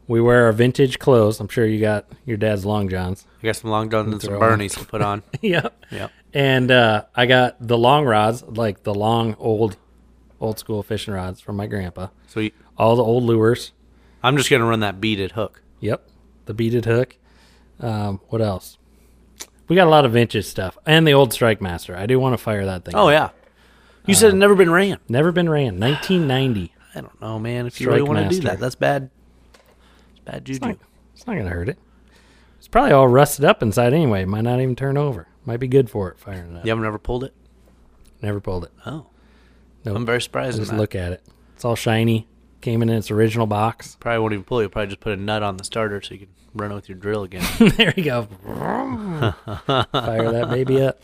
Speaker 1: We wear our vintage clothes. I'm sure you got your dad's long johns.
Speaker 2: I got some long johns and some
Speaker 1: Throw 'em.
Speaker 2: Bernies to put on.
Speaker 1: yep.
Speaker 2: Yep.
Speaker 1: And uh, I got the long rods, like the long old, old school fishing rods from my grandpa.
Speaker 2: So you-
Speaker 1: All the old lures.
Speaker 2: I'm just gonna run that beaded hook.
Speaker 1: Yep. The beaded hook. Um, what else? We got a lot of vintage stuff and the old Strike Master. I do want to fire that thing.
Speaker 2: Oh yeah. You
Speaker 1: Uh,
Speaker 2: said it never been ran.
Speaker 1: Never been ran. 1990.
Speaker 2: I don't know, man. If you really
Speaker 1: Strike
Speaker 2: want to do
Speaker 1: Master.
Speaker 2: that, that's bad. It's bad juju.
Speaker 1: It's not gonna hurt it. It's probably all rusted up inside anyway. It Might not even turn over. Might be good for it firing it up.
Speaker 2: You haven't ever pulled it.
Speaker 1: Never pulled it.
Speaker 2: Oh.
Speaker 1: Nope.
Speaker 2: I'm very surprised.
Speaker 1: Just
Speaker 2: Just
Speaker 1: look at it. It's all shiny. Came in its original box.
Speaker 2: Probably won't even pull it. You'll probably just put a nut on the starter so you can run it with your drill again.
Speaker 1: there you go. Fire that baby up.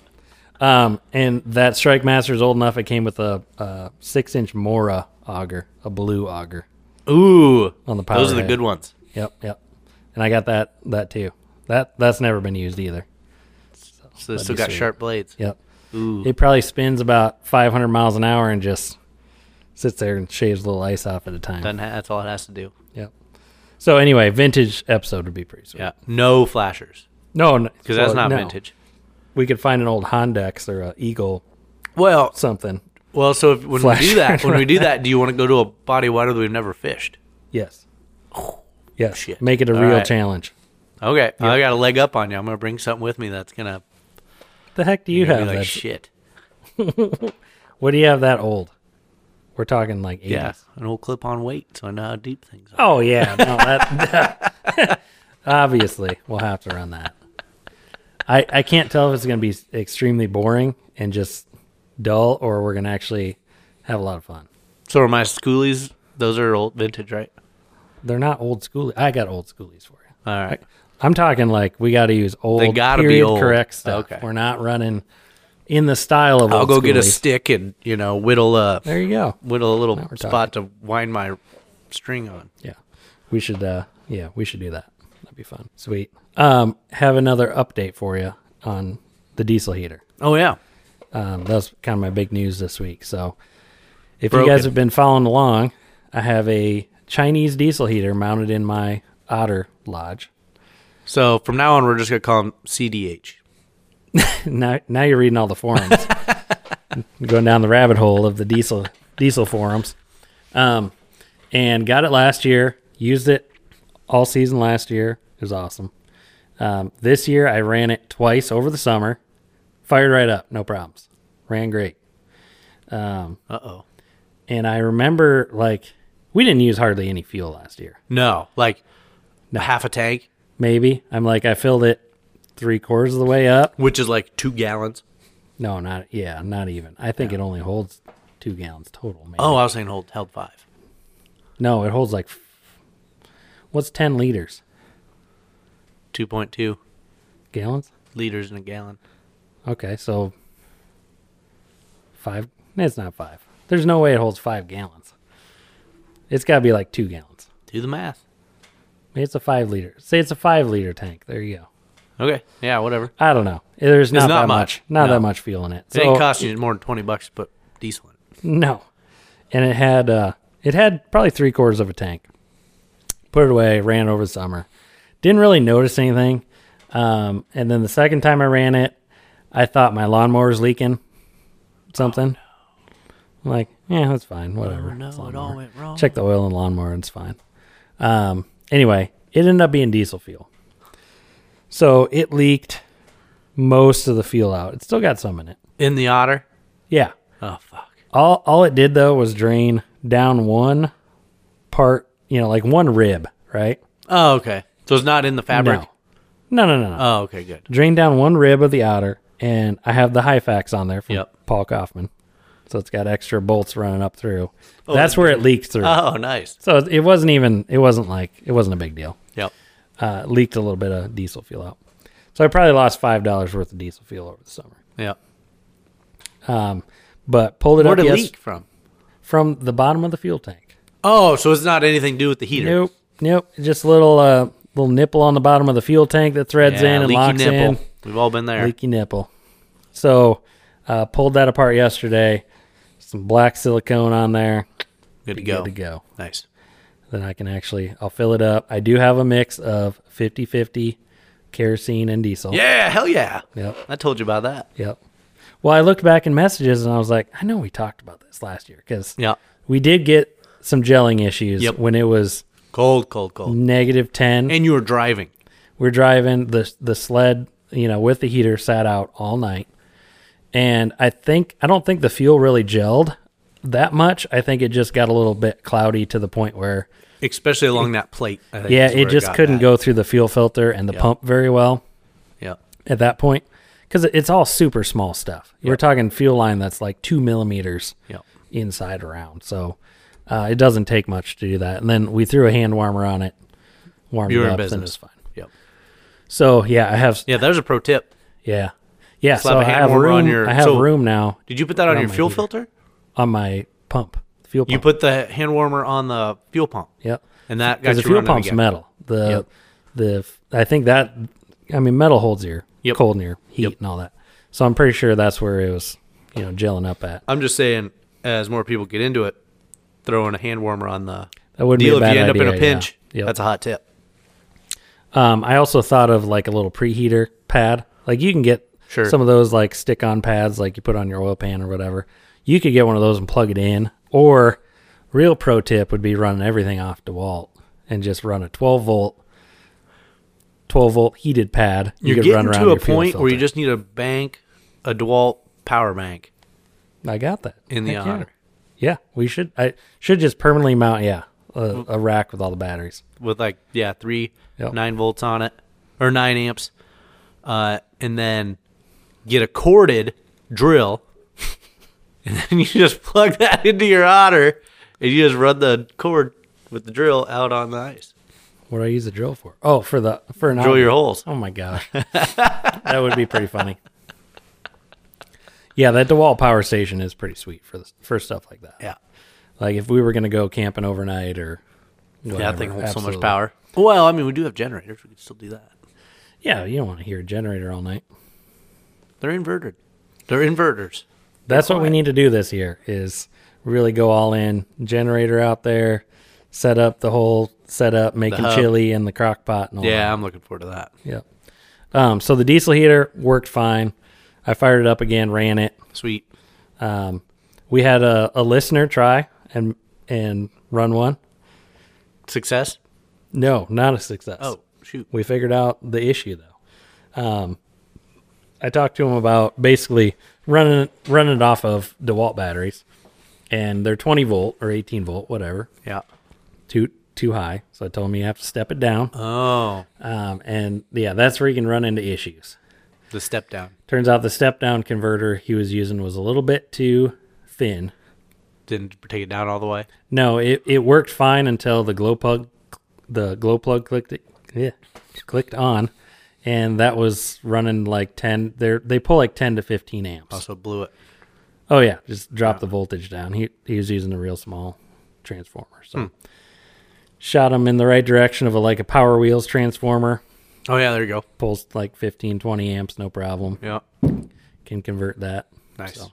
Speaker 1: Um, and that Strike Master is old enough. It came with a, a six-inch Mora auger, a blue auger.
Speaker 2: Ooh.
Speaker 1: On the
Speaker 2: Those are the
Speaker 1: powerhead.
Speaker 2: good ones.
Speaker 1: Yep, yep. And I got that that too. That that's never been used either.
Speaker 2: So they
Speaker 1: That'd
Speaker 2: still
Speaker 1: be
Speaker 2: got
Speaker 1: sweet.
Speaker 2: sharp blades.
Speaker 1: Yep.
Speaker 2: Ooh.
Speaker 1: It probably spins about 500 miles an hour and just sits there and shaves a little ice off at a time.
Speaker 2: Doesn't ha- that's all it has to do.
Speaker 1: Yep. So anyway, vintage episode would be pretty sweet.
Speaker 2: Yeah. No flashers.
Speaker 1: No, because
Speaker 2: Because that's not vintage.
Speaker 1: We could find an old Hondex or a Eagle
Speaker 2: Well,
Speaker 1: something.
Speaker 2: well. So if, when we
Speaker 1: Flash
Speaker 2: do that, when we
Speaker 1: right
Speaker 2: do that, do you want to go to a body water that we've never fished?
Speaker 1: Yes. Yes.
Speaker 2: Shit.
Speaker 1: Make it a
Speaker 2: All
Speaker 1: real
Speaker 2: right.
Speaker 1: challenge.
Speaker 2: Okay, I got a leg up on you. I'm gonna bring something with me that's gonna
Speaker 1: The heck do you
Speaker 2: you're gonna
Speaker 1: have
Speaker 2: be like
Speaker 1: that?
Speaker 2: shit.
Speaker 1: what do you have that old? We're talking like 80s.
Speaker 2: Yeah, an old clip-on weight, so I know how deep things are.
Speaker 1: Oh yeah, no, that obviously we'll have to run that. I I can't tell if it's going to be extremely boring and just dull, or we're going to actually have a lot of fun.
Speaker 2: So are my schoolies. Those are old vintage, right?
Speaker 1: They're not old school. I got old schoolies for you.
Speaker 2: All right.
Speaker 1: I'm talking like we got to use old,
Speaker 2: gotta be
Speaker 1: period
Speaker 2: old.
Speaker 1: correct stuff.
Speaker 2: Okay.
Speaker 1: We're not running in the style of.
Speaker 2: I'll
Speaker 1: old
Speaker 2: go get a
Speaker 1: schoolies.
Speaker 2: stick and you know whittle a
Speaker 1: There you go.
Speaker 2: whittle a little
Speaker 1: we're
Speaker 2: spot to wind my string on.
Speaker 1: Yeah. We should uh yeah, we should do that. That'd be fun. Sweet. Um have another update for you on the diesel heater.
Speaker 2: Oh yeah,
Speaker 1: Um that was kind of my big news this week. So if
Speaker 2: Broken.
Speaker 1: you guys have been following along, I have a Chinese diesel heater mounted in my Otter Lodge.
Speaker 2: So from now on, we're just gonna call them CDH.
Speaker 1: now now you're reading all the forums. going down the rabbit hole of the diesel diesel forums. Um, and got it last year. Used it all season last year. It was awesome. Um, this year I ran it twice over the summer. Fired right up, no problems. Ran great. Um,
Speaker 2: Uh oh.
Speaker 1: and I remember like we didn't use hardly any fuel last year.
Speaker 2: No, like half a tank,
Speaker 1: Maybe I'm like I filled it three quarters of the way up.
Speaker 2: which is like two gallons.
Speaker 1: No, not yeah, not even. I think it only holds two gallons total. Maybe.
Speaker 2: Oh, I was saying hold held five.
Speaker 1: No, it holds like f- what's ten liters?
Speaker 2: Two point two
Speaker 1: Gallons?
Speaker 2: liters in a gallon.
Speaker 1: Okay, so five it's not five. There's no way it holds five gallons. It's gotta be like two gallons.
Speaker 2: Do the math.
Speaker 1: Maybe it's a five liter. Say it's a five liter tank. There you go.
Speaker 2: Okay. Yeah, whatever.
Speaker 1: I don't know. There's not,
Speaker 2: not
Speaker 1: that
Speaker 2: much.
Speaker 1: much. Not
Speaker 2: No.
Speaker 1: that much fuel in it.
Speaker 2: It ain't costing you more than twenty bucks to put diesel in. it.
Speaker 1: No. And it had uh it had probably three quarters of a tank. Put it away, ran over the summer. Didn't really notice anything. Um, and then the second time I ran it, I thought my lawnmower was leaking something. I'm like, yeah, that's fine, whatever.
Speaker 2: Oh, no,
Speaker 1: It's
Speaker 2: it all
Speaker 1: lawnmower.
Speaker 2: went wrong.
Speaker 1: Check the oil in the lawnmower, and it's fine. Um, anyway, it ended up being diesel fuel. So it leaked most of the fuel out. It still got some in it.
Speaker 2: In the otter.
Speaker 1: Yeah.
Speaker 2: Oh fuck.
Speaker 1: All all it did though was drain down one part, you know, like one rib, right?
Speaker 2: Oh okay. So it's not in the fabric.
Speaker 1: No. No, no, no, no.
Speaker 2: Oh okay, good.
Speaker 1: drain down one rib of the otter, and I have the Hyfax on there from
Speaker 2: Yep.
Speaker 1: Paul Kaufman. So it's got extra bolts running up through. That's where it leaked through.
Speaker 2: Oh nice.
Speaker 1: so it wasn't even it wasn't like it wasn't a big deal.
Speaker 2: Yep.
Speaker 1: Uh, it leaked a little bit of diesel fuel out. So I probably lost five dollars worth of diesel fuel over the summer.
Speaker 2: Yep.
Speaker 1: But pulled it
Speaker 2: Where'd
Speaker 1: up
Speaker 2: it
Speaker 1: yes-
Speaker 2: leak from?
Speaker 1: from the bottom of the fuel tank.
Speaker 2: Oh, so it's not anything to do with the heater.
Speaker 1: Nope, nope. Just a little uh, little nipple on the bottom of the fuel tank that threads
Speaker 2: Yeah,
Speaker 1: in and
Speaker 2: leaky
Speaker 1: locks
Speaker 2: nipple. We've all been
Speaker 1: in.
Speaker 2: there.
Speaker 1: Leaky nipple. So uh, pulled that apart yesterday. Some black silicone on there.
Speaker 2: Good to
Speaker 1: Be
Speaker 2: go.
Speaker 1: Good to go.
Speaker 2: Nice.
Speaker 1: Then I can actually I'll fill it up. I do have a mix of 50-50 kerosene and diesel.
Speaker 2: Yeah, hell yeah.
Speaker 1: Yep.
Speaker 2: I told you about that.
Speaker 1: Yep. Well, I looked back in messages and I was like, I know we talked about this last year because
Speaker 2: Yeah.
Speaker 1: we did get some gelling issues
Speaker 2: Yep.
Speaker 1: when it was
Speaker 2: Cold, cold, cold.
Speaker 1: negative ten.
Speaker 2: And you were driving.
Speaker 1: we're driving the the sled you know with the heater sat out all night and i think i don't think the fuel really gelled that much i think it just got a little bit cloudy to the point where
Speaker 2: especially along that plate. I think
Speaker 1: yeah
Speaker 2: is where
Speaker 1: it just
Speaker 2: got
Speaker 1: couldn't
Speaker 2: at.
Speaker 1: go through the fuel filter and the pump very well
Speaker 2: Yeah,
Speaker 1: at that point because it's all super small stuff we're talking fuel line that's like two millimeters
Speaker 2: yeah.
Speaker 1: inside around so uh, it doesn't take much to do that and then we threw a hand warmer on it warmed
Speaker 2: You were
Speaker 1: it
Speaker 2: in
Speaker 1: up and it
Speaker 2: business.
Speaker 1: was fine
Speaker 2: Yep.
Speaker 1: so yeah i have
Speaker 2: Yeah, there's a pro tip.
Speaker 1: Yeah. Yeah.
Speaker 2: Slap
Speaker 1: so
Speaker 2: a
Speaker 1: I
Speaker 2: hand
Speaker 1: have
Speaker 2: warmer
Speaker 1: room.
Speaker 2: on your-
Speaker 1: I have
Speaker 2: so-
Speaker 1: room now
Speaker 2: Did you put that on
Speaker 1: Not
Speaker 2: your
Speaker 1: my
Speaker 2: fuel
Speaker 1: heater.
Speaker 2: filter?
Speaker 1: on my pump, fuel pump.
Speaker 2: You put the hand warmer on the fuel pump.
Speaker 1: yep.
Speaker 2: And that got
Speaker 1: Because
Speaker 2: you
Speaker 1: the fuel
Speaker 2: running
Speaker 1: pump's
Speaker 2: again.
Speaker 1: metal. The
Speaker 2: Yep.
Speaker 1: the f- I think that I mean metal holds your
Speaker 2: Yep.
Speaker 1: cold and your heat
Speaker 2: Yep.
Speaker 1: and all that. So I'm pretty sure that's where it was, you know, gelling up at.
Speaker 2: I'm just saying, as more people get into it, throwing a hand warmer on the
Speaker 1: That wouldn't be
Speaker 2: deal
Speaker 1: a
Speaker 2: if
Speaker 1: bad
Speaker 2: you end up in a
Speaker 1: idea, yeah.
Speaker 2: pinch.
Speaker 1: Yep.
Speaker 2: That's a hot tip.
Speaker 1: Um, I also thought of like a little preheater pad. Like you can get
Speaker 2: Sure.
Speaker 1: some of those like stick-on pads, like you put on your oil pan or whatever. You could get one of those and plug it in. Or real pro tip would be running everything off DeWalt and just run a 12 volt, 12 volt heated pad.
Speaker 2: You're
Speaker 1: could
Speaker 2: getting to a
Speaker 1: your fuel
Speaker 2: point where you
Speaker 1: filter.
Speaker 2: just need a bank, a Dewalt power bank
Speaker 1: I got that
Speaker 2: in the
Speaker 1: Heck yeah.
Speaker 2: Otter
Speaker 1: Yeah, we should. I should just permanently mount. Yeah, a, a rack with all the batteries.
Speaker 2: with like yeah three
Speaker 1: Yep.
Speaker 2: nine volts on it or nine amps, uh, and then get a corded drill, and then you just plug that into your Otter, and you just run the cord with the drill out on the ice.
Speaker 1: What do I use the drill for? Oh, for the for an
Speaker 2: Drill
Speaker 1: outlet.
Speaker 2: your holes.
Speaker 1: Oh my gosh, that would be pretty funny. Yeah, that DeWalt power station is pretty sweet for this, for stuff like that.
Speaker 2: Yeah,
Speaker 1: Like if we were gonna go camping overnight or whatever,
Speaker 2: yeah, that thing holds so
Speaker 1: absolutely.
Speaker 2: much power. Well, I mean, we do have generators. We could still do that.
Speaker 1: Yeah, you don't want to hear a generator all night.
Speaker 2: They're inverted. They're inverters.
Speaker 1: That's what we need to do this year is really go all in. Generator out there, set up the whole setup, making
Speaker 2: hub.
Speaker 1: chili in the crock pot and all that.
Speaker 2: Yeah, I'm looking forward to that.
Speaker 1: Yep. Um, so the diesel heater worked fine. I fired it up again, ran it.
Speaker 2: Sweet.
Speaker 1: Um, we had a, a listener try and and run one.
Speaker 2: Success?
Speaker 1: No, not a success.
Speaker 2: Oh, shoot.
Speaker 1: We figured out the issue though. Um, I talked to him about basically running running it off of DeWalt batteries, and they're 20 volt or 18 volt, whatever,
Speaker 2: Yeah.
Speaker 1: too too high. So I told him you have to step it down.
Speaker 2: Oh,
Speaker 1: Um, and yeah, that's where you can run into issues.
Speaker 2: the step down.
Speaker 1: Turns out the step down converter he was using was a little bit too thin.
Speaker 2: Didn't take it down all the way.
Speaker 1: No, it, it worked fine until the glow plug the glow plug clicked it, yeah, clicked on and that was running like 10 they they pull like 10 to 15 amps.
Speaker 2: Also blew it.
Speaker 1: Oh yeah, just drop the voltage down. He he was using a real small transformer. So shot him in the right direction of a like a power wheels transformer.
Speaker 2: Oh, yeah, there you go.
Speaker 1: Pulls like 15 20 amps no problem.
Speaker 2: Yeah.
Speaker 1: Can convert that.
Speaker 2: Nice.
Speaker 1: So.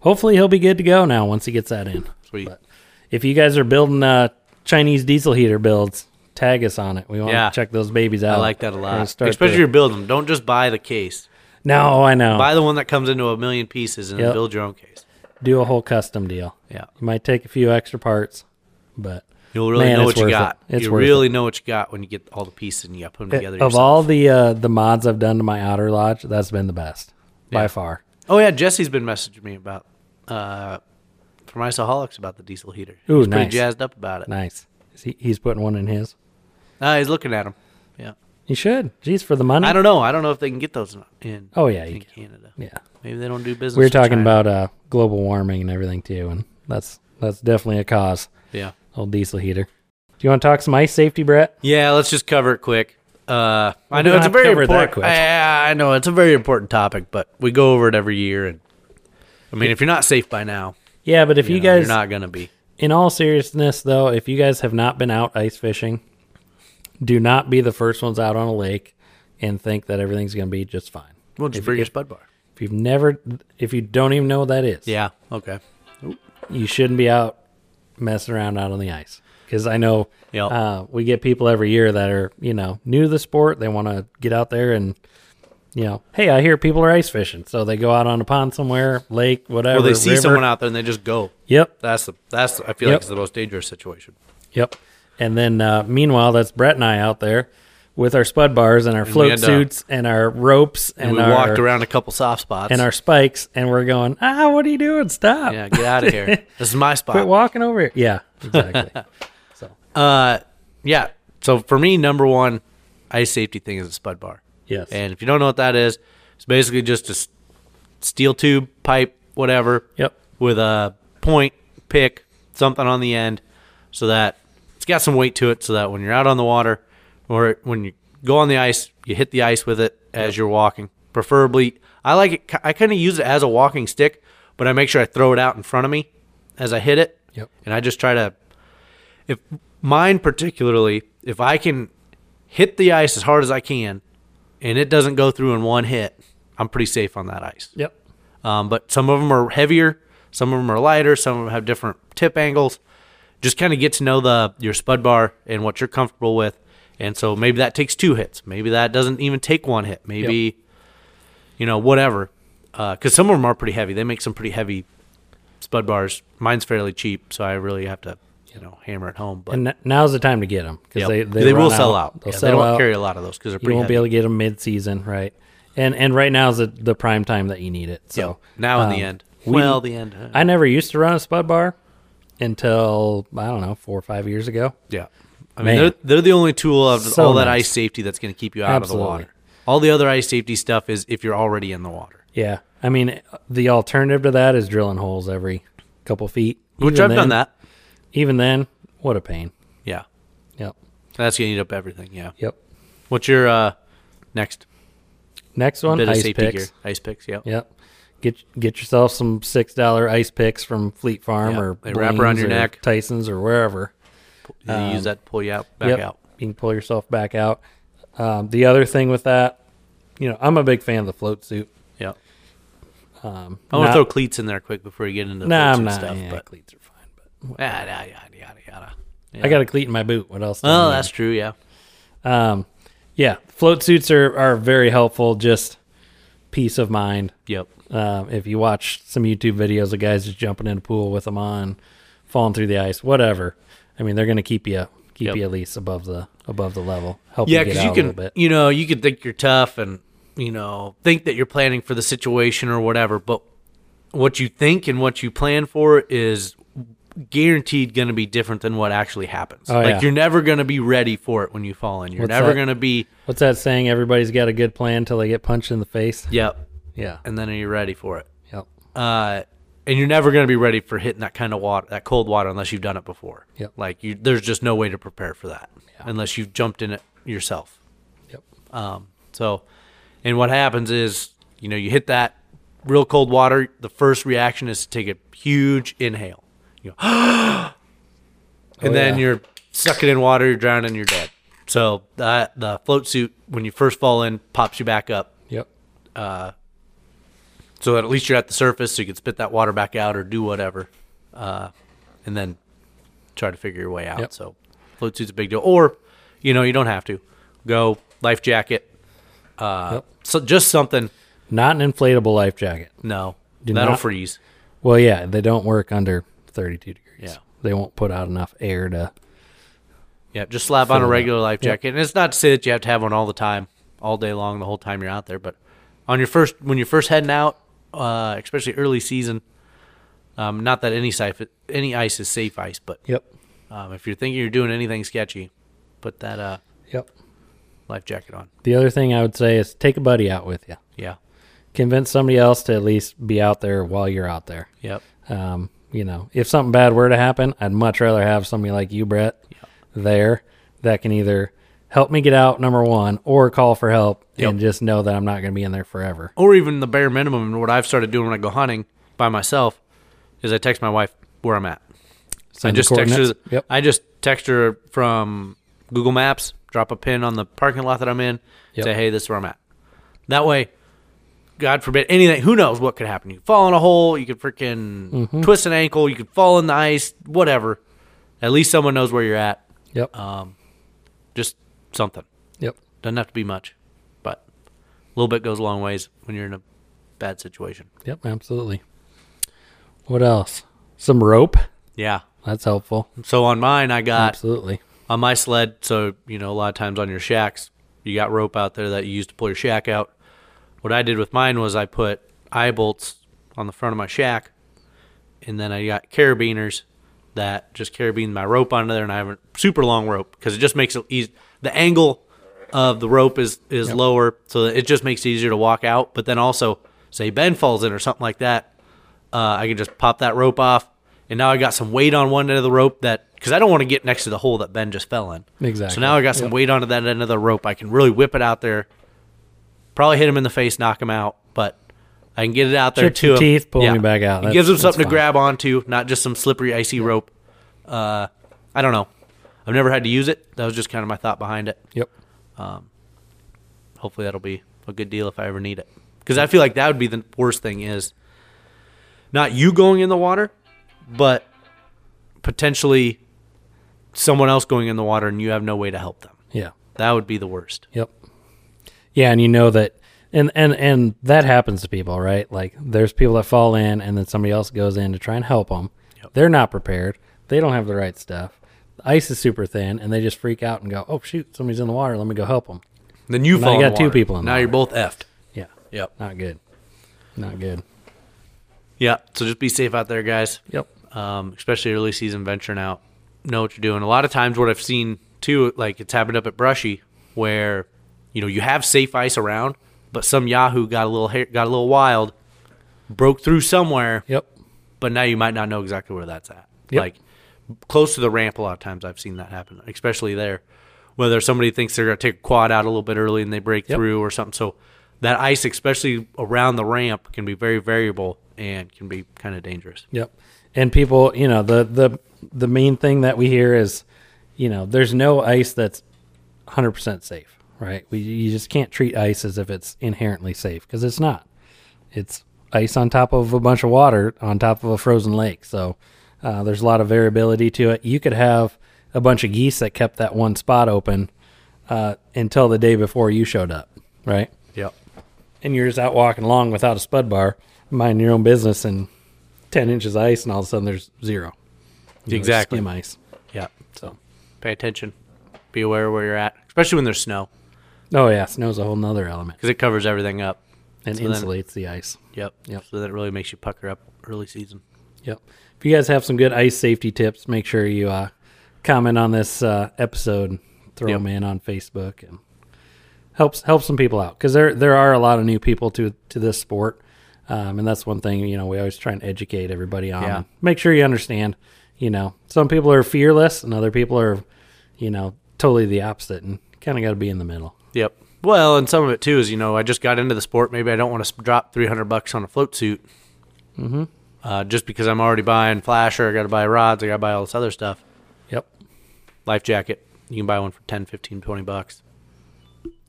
Speaker 1: Hopefully he'll be good to go now once he gets that in.
Speaker 2: Sweet.
Speaker 1: But if you guys are building uh, Chinese diesel heater builds, tag us on it. We want
Speaker 2: Yeah.
Speaker 1: to check those babies out.
Speaker 2: I like that a
Speaker 1: uh, We're gonna
Speaker 2: lot.
Speaker 1: start
Speaker 2: Especially if
Speaker 1: the-
Speaker 2: you're building them. Don't just buy the case.
Speaker 1: no, I know.
Speaker 2: Buy the one that comes into a million pieces and then
Speaker 1: Yep.
Speaker 2: build your own case.
Speaker 1: Do a whole custom deal.
Speaker 2: Yeah.
Speaker 1: You might take a few extra parts, but
Speaker 2: You'll really
Speaker 1: Man,
Speaker 2: know
Speaker 1: it's
Speaker 2: what you
Speaker 1: worth
Speaker 2: got.
Speaker 1: it. It's
Speaker 2: you
Speaker 1: worth
Speaker 2: really know what you got when you get all the pieces and you got to put them together.
Speaker 1: of
Speaker 2: yourself.
Speaker 1: all the uh, the mods I've done to my outer lodge, that's been the best by far.
Speaker 2: oh, yeah. Jesse's been messaging me about, uh, from Isoholics about the diesel heater.
Speaker 1: Ooh,
Speaker 2: he's pretty
Speaker 1: nice.
Speaker 2: jazzed up about it.
Speaker 1: Nice. Is he, he's putting one in his.
Speaker 2: Uh, he's looking at him. Yeah.
Speaker 1: You should. Geez, for the money.
Speaker 2: I don't know. I don't know if they can get those in- in.
Speaker 1: Oh, yeah,
Speaker 2: in
Speaker 1: you
Speaker 2: Canada.
Speaker 1: yeah.
Speaker 2: Maybe they don't do business.
Speaker 1: We were
Speaker 2: with
Speaker 1: talking
Speaker 2: China.
Speaker 1: about uh, global warming and everything too, and that's that's definitely a cause.
Speaker 2: Yeah.
Speaker 1: Old diesel heater. Do you want to talk some ice safety, Brett?
Speaker 2: Yeah. Let's just cover it quick. Uh, I
Speaker 1: We
Speaker 2: know
Speaker 1: don't
Speaker 2: it's a
Speaker 1: have to
Speaker 2: very
Speaker 1: cover it that
Speaker 2: important.
Speaker 1: quick.
Speaker 2: Yeah, I know it's a very important topic, but we go over it every year. And I mean, if you're not safe by now,
Speaker 1: Yeah, but if you,
Speaker 2: you, know,
Speaker 1: guys,
Speaker 2: you're not gonna be.
Speaker 1: in all seriousness though, if you guys have not been out ice fishing, do not be the first ones out on a lake and think that everything's going to be just fine.
Speaker 2: Well, just
Speaker 1: If-
Speaker 2: bring your
Speaker 1: if-
Speaker 2: spud bar.
Speaker 1: If you've never, if you don't even know what that is,
Speaker 2: Yeah. Okay.
Speaker 1: you shouldn't be out messing around out on the ice. Because I know
Speaker 2: Yep.
Speaker 1: uh, we get people every year that are, you know, new to the sport. They want to get out there and, you know, hey, I hear people are ice fishing. So they go out on a pond somewhere, lake, whatever.
Speaker 2: Well, they see
Speaker 1: river.
Speaker 2: someone out there and they just go.
Speaker 1: Yep.
Speaker 2: That's the that's the, I feel
Speaker 1: Yep.
Speaker 2: like it's the most dangerous situation.
Speaker 1: Yep. And then uh, meanwhile, that's Brett and I out there with our spud bars and our float
Speaker 2: had to-
Speaker 1: suits and our ropes and,
Speaker 2: And we
Speaker 1: our
Speaker 2: walked around a couple soft spots.
Speaker 1: and our spikes, and we're going, ah, what are you doing? Stop!
Speaker 2: yeah, get out of here. this is my spot.
Speaker 1: Quit walking over here. Yeah, exactly. so
Speaker 2: Uh, yeah. So for me, number one ice safety thing is a spud bar.
Speaker 1: yes,
Speaker 2: And if you don't know what that is, it's basically just a s- steel tube, pipe, whatever.
Speaker 1: Yep.
Speaker 2: With a point, pick, something on the end, so that it's got some weight to it, so that when you're out on the water, or when you go on the ice, you hit the ice with it as you're walking. Preferably, I like it. ki- I kind of use it as a walking stick, but I make sure I throw it out in front of me as I hit it.
Speaker 1: Yep.
Speaker 2: And I just try to if mine particularly if i can hit the ice as hard as i can and it doesn't go through in one hit i'm pretty safe on that ice
Speaker 1: yep,
Speaker 2: um, but some of them are heavier some of them are lighter some of them have different tip angles just kind of get to know the your spud bar and what you're comfortable with and so maybe that takes two hits maybe that doesn't even take one hit maybe you know whatever because some of them are pretty heavy they make some pretty heavy spud bars mine's fairly cheap so i really have to you know hammer it home. But
Speaker 1: And n- now's the time to get them because
Speaker 2: yep.
Speaker 1: they, they run
Speaker 2: will sell out.
Speaker 1: They'll
Speaker 2: Yeah,
Speaker 1: sell
Speaker 2: they don't
Speaker 1: out.
Speaker 2: carry a lot of those because they're
Speaker 1: you
Speaker 2: pretty
Speaker 1: won't be
Speaker 2: heavy.
Speaker 1: able to get them mid-season, right? And and right now is the, the prime time that you need it. So
Speaker 2: now in
Speaker 1: um,
Speaker 2: the end.
Speaker 1: we-
Speaker 2: well, the end. uh,
Speaker 1: I never used to run a spud bar until I don't know four or five years ago.
Speaker 2: yeah. I
Speaker 1: Man.
Speaker 2: mean, they're, they're the only tool of
Speaker 1: So
Speaker 2: all that
Speaker 1: nice.
Speaker 2: ice safety that's going to keep you out
Speaker 1: Absolutely.
Speaker 2: of the water. All the other ice safety stuff is if you're already in the water,
Speaker 1: Yeah, I mean the alternative to that is drilling holes every couple feet.
Speaker 2: which
Speaker 1: Even
Speaker 2: I've
Speaker 1: then-
Speaker 2: done that.
Speaker 1: Even then, what a pain.
Speaker 2: Yeah,
Speaker 1: Yep,
Speaker 2: that's going to eat up everything. Yeah.
Speaker 1: yep.
Speaker 2: What's your uh, next
Speaker 1: Next one,
Speaker 2: bit of
Speaker 1: ice
Speaker 2: safety
Speaker 1: picks.
Speaker 2: gear? Ice picks. Yeah.
Speaker 1: Yep. Get get yourself some six dollar ice picks from Fleet Farm
Speaker 2: Yeah,
Speaker 1: or
Speaker 2: they wrap around
Speaker 1: Blaine's
Speaker 2: your
Speaker 1: or
Speaker 2: neck.
Speaker 1: Tyson's or wherever.
Speaker 2: You use that to pull you out back
Speaker 1: Um, Yep.
Speaker 2: out.
Speaker 1: You can pull yourself back out. Um, the other thing with that, you know, I'm a big fan of the float suit.
Speaker 2: Yeah.
Speaker 1: Um,
Speaker 2: I want to
Speaker 1: not-
Speaker 2: throw cleats in there quick before you get into the
Speaker 1: Nah,
Speaker 2: floats
Speaker 1: I'm
Speaker 2: and
Speaker 1: not.
Speaker 2: stuff.
Speaker 1: yeah,
Speaker 2: But ah,
Speaker 1: cleats are fine. But
Speaker 2: yada yada yada yada. Yeah.
Speaker 1: I got a cleat in my boot. What else? do I
Speaker 2: Oh,
Speaker 1: need?
Speaker 2: that's true. Yeah.
Speaker 1: Um, yeah, float suits are are very helpful. Just peace of mind.
Speaker 2: Yep.
Speaker 1: Um, if you watch some YouTube videos of guys just jumping in a pool with them on, falling through the ice, whatever. I mean, they're going to keep you keep
Speaker 2: Yep.
Speaker 1: you at least above the above the level. Help
Speaker 2: Yeah,
Speaker 1: you get
Speaker 2: because
Speaker 1: out
Speaker 2: you
Speaker 1: a little
Speaker 2: can,
Speaker 1: bit.
Speaker 2: you know, you can think you're tough and you know think that you're planning for the situation or whatever. But what you think and what you plan for is guaranteed going to be different than what actually happens.
Speaker 1: Oh,
Speaker 2: like
Speaker 1: yeah.
Speaker 2: you're never going to be ready for it when you fall in. You're
Speaker 1: What's
Speaker 2: never
Speaker 1: that?
Speaker 2: going to be.
Speaker 1: What's that saying? Everybody's got a good plan till they get punched in the face.
Speaker 2: Yep.
Speaker 1: Yeah.
Speaker 2: And then are you ready for it?
Speaker 1: Yep.
Speaker 2: uh, and you're never going to be ready for hitting that kind of water, that cold water, unless you've done it before.
Speaker 1: Yep.
Speaker 2: Like you, there's just no way to prepare for that unless you've jumped in it yourself.
Speaker 1: Yep.
Speaker 2: Um, so, and what happens is, you know, you hit that real cold water. The first reaction is to take a huge inhale, you go,
Speaker 1: Oh,
Speaker 2: and then
Speaker 1: yeah.
Speaker 2: you're sucking in water, you're drowning, you're dead. So that the float suit, when you first fall in, pops you back up
Speaker 1: Yep.
Speaker 2: so that at least you're at the surface, so you can spit that water back out or do whatever, uh, and then try to figure your way out.
Speaker 1: Yep.
Speaker 2: So float suit's a big deal, or you know you don't have to go life jacket, uh,
Speaker 1: Yep.
Speaker 2: so just something.
Speaker 1: Not an inflatable life jacket.
Speaker 2: No,
Speaker 1: Do
Speaker 2: that'll
Speaker 1: not-
Speaker 2: freeze.
Speaker 1: Well, yeah, they don't work under 32 degrees.
Speaker 2: Yeah.
Speaker 1: They won't put out enough air to.
Speaker 2: Yeah, just slap on a
Speaker 1: Fill it up.
Speaker 2: regular life jacket, and it's not to say that you have to have one all the time, all day long, the whole time you're out there. But on your first, when you're first heading out, uh, especially early season, um, not that any safe, any ice is safe ice, but
Speaker 1: Yep.
Speaker 2: Um, if you're thinking you're doing anything sketchy, put that uh,
Speaker 1: Yep.
Speaker 2: life jacket on.
Speaker 1: The other thing I would say is take a buddy out with you.
Speaker 2: Yeah.
Speaker 1: Convince somebody else to at least be out there while you're out there.
Speaker 2: Yep.
Speaker 1: Um, you know, if something bad were to happen, I'd much rather have somebody like you, Brett, there that can either help me get out, number one, or call for help and just know that I'm not going to be in there forever.
Speaker 2: Or even the bare minimum. What I've started doing when I go hunting by myself is I text my wife where I'm at. I
Speaker 1: Send the
Speaker 2: just text her.
Speaker 1: coordinates. Yep.
Speaker 2: I just text her from Google Maps. Drop a pin on the parking lot that I'm in.
Speaker 1: Yep.
Speaker 2: Say, hey, this is where I'm at. That way, God forbid anything. Who knows what could happen? You could fall in a hole. You could freaking
Speaker 1: Mm-hmm.
Speaker 2: twist an ankle. You could fall in the ice. Whatever. At least someone knows where you're at.
Speaker 1: Yep.
Speaker 2: Uh, Just something.
Speaker 1: yep.
Speaker 2: Doesn't have to be much, but a little bit goes a long ways when you're in a bad situation.
Speaker 1: Yep. Absolutely. What else? Some rope.
Speaker 2: Yeah.
Speaker 1: That's helpful.
Speaker 2: So on mine, I got
Speaker 1: Absolutely.
Speaker 2: on my sled. So you know, a lot of times on your shacks, you got rope out there that you use to pull your shack out. What I did with mine was I put eye bolts on the front of my shack, and then I got carabiners that just carabine my rope onto there, and I have a super long rope because it just makes it easy. The angle of the rope is is lower, so that it just makes it easier to walk out. But then also, say Ben falls in or something like that, uh, I can just pop that rope off, and now I got some weight on one end of the rope that because I don't want to get next to the hole that Ben just fell in.
Speaker 1: Exactly.
Speaker 2: So now I got some weight onto that end of the rope. I can really whip it out there. Probably hit him in the face, knock him out, but I can get it out there
Speaker 1: Chip
Speaker 2: too.
Speaker 1: your teeth, pull me back out.
Speaker 2: It gives
Speaker 1: That's-
Speaker 2: him something
Speaker 1: that's
Speaker 2: to
Speaker 1: fine.
Speaker 2: grab onto, not just some slippery, icy rope. Uh, I don't know. I've never had to use it. That was just kind of my thought behind it.
Speaker 1: Yep.
Speaker 2: Hopefully that'll be a good deal if I ever need it. Because I feel like that would be the worst thing is not you going in the water, but potentially someone else going in the water and you have no way to help them.
Speaker 1: Yeah.
Speaker 2: That would be the worst.
Speaker 1: Yep. Yeah, and you know that and and and that happens to people, right? Like there's people that fall in and then somebody else goes in to try and help them. They're not prepared. They don't have the right stuff. The ice is super thin, and they just freak out and go, "Oh shoot, somebody's in the water. Let me go help them."
Speaker 2: Then you
Speaker 1: Now
Speaker 2: fall.
Speaker 1: you
Speaker 2: in the
Speaker 1: got two
Speaker 2: water.
Speaker 1: people in the
Speaker 2: now you're both effed.
Speaker 1: Yeah,
Speaker 2: Yep.
Speaker 1: not good. Not good.
Speaker 2: Yeah. So just be safe out there, guys.
Speaker 1: Yep.
Speaker 2: um, especially early season venturing out, know what you're doing. A lot of times, what I've seen too, like it's happened up at Brushy, where you know you have safe ice around, but some Yahoo got a little ha- got a little wild, broke through somewhere,
Speaker 1: Yep.
Speaker 2: but now you might not know exactly where that's at.
Speaker 1: Yep.
Speaker 2: Like close to the ramp, a lot of times I've seen that happen, especially there, whether somebody thinks they're going to take a quad out a little bit early and they break
Speaker 1: Yep.
Speaker 2: through or something. So that ice, especially around the ramp, can be very variable and can be kind of dangerous.
Speaker 1: Yep. And people, you know, the the the main thing that we hear is, you know, there's no ice that's 100% safe, right? We you just can't treat ice as if it's inherently safe because it's not. It's ice on top of a bunch of water on top of a frozen lake. So uh, there's a lot of variability to it. You could have a bunch of geese that kept that one spot open uh, until the day before you showed up, right?
Speaker 2: Yep.
Speaker 1: and you're just out walking along without a spud bar, minding your own business, and ten inches of ice, and all of a sudden there's zero. You know,
Speaker 2: Exactly.
Speaker 1: skim ice.
Speaker 2: Yeah.
Speaker 1: So,
Speaker 2: Pay attention. Be aware of where you're at, especially when there's snow,
Speaker 1: oh yeah, snow's a whole nother element
Speaker 2: because it covers everything up.
Speaker 1: and
Speaker 2: So then-
Speaker 1: insulates the ice.
Speaker 2: Yep.
Speaker 1: Yep.
Speaker 2: So that really makes you pucker up early season.
Speaker 1: Yep. If you guys have some good ice safety tips, make sure you uh, comment on this uh, episode, throw
Speaker 2: Yep.
Speaker 1: them in on Facebook, and helps help some people out because there there are a lot of new people to to this sport, um, and that's one thing you know we always try and educate everybody on.
Speaker 2: Yeah.
Speaker 1: Make sure you understand. You know, some people are fearless, and other people are, you know, totally the opposite, and kind of got to be in the middle.
Speaker 2: Yep. Well, and some of it too is you know I just got into the sport. Maybe I don't want to drop three hundred bucks on a float suit, mm-hmm. uh, just because I'm already buying flasher. I got to buy rods. I got to buy all this other stuff.
Speaker 1: Yep.
Speaker 2: Life jacket. You can buy one for 10, 15, 20 bucks.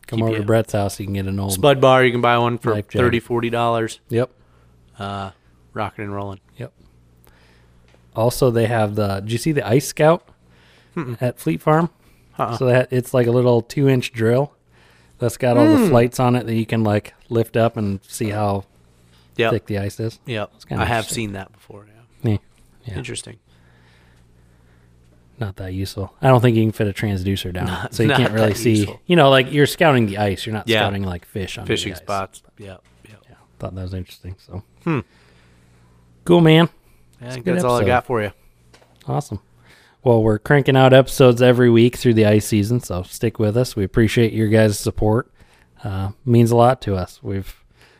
Speaker 1: Come
Speaker 2: Keep
Speaker 1: over
Speaker 2: you-
Speaker 1: to Brett's house. You can get an old.
Speaker 2: Spud bar. You can buy one for
Speaker 1: Life jacket.
Speaker 2: thirty, forty dollars.
Speaker 1: Yep.
Speaker 2: Uh, rocking and rolling.
Speaker 1: Yep. Also, they have the. Did you see the Ice Scout at Fleet Farm?
Speaker 2: Uh-uh.
Speaker 1: So that it's like a little two-inch drill that's got all
Speaker 2: Mm.
Speaker 1: the flights on it that you can like lift up and see how
Speaker 2: Yep.
Speaker 1: thick the ice is.
Speaker 2: Yep.
Speaker 1: kinda
Speaker 2: I have
Speaker 1: interesting.
Speaker 2: seen that before. Yeah.
Speaker 1: Yeah. Yeah.
Speaker 2: Interesting.
Speaker 1: Not that useful. I don't think you can fit a transducer down, it, so you
Speaker 2: not
Speaker 1: can't really
Speaker 2: that
Speaker 1: see.
Speaker 2: useful.
Speaker 1: You know, like you're scouting the ice. You're not
Speaker 2: Yeah.
Speaker 1: scouting like fish on
Speaker 2: Fishing
Speaker 1: the ice.
Speaker 2: spots. Yep. Yep.
Speaker 1: Yeah, thought that was interesting. So,
Speaker 2: Hmm.
Speaker 1: cool, man.
Speaker 2: Yeah, I think
Speaker 1: a good
Speaker 2: that's all I
Speaker 1: episode.
Speaker 2: got for you.
Speaker 1: Awesome. Well, we're cranking out episodes every week through the ice season, so stick with us. We appreciate your guys' support. Uh, means a lot to us. We've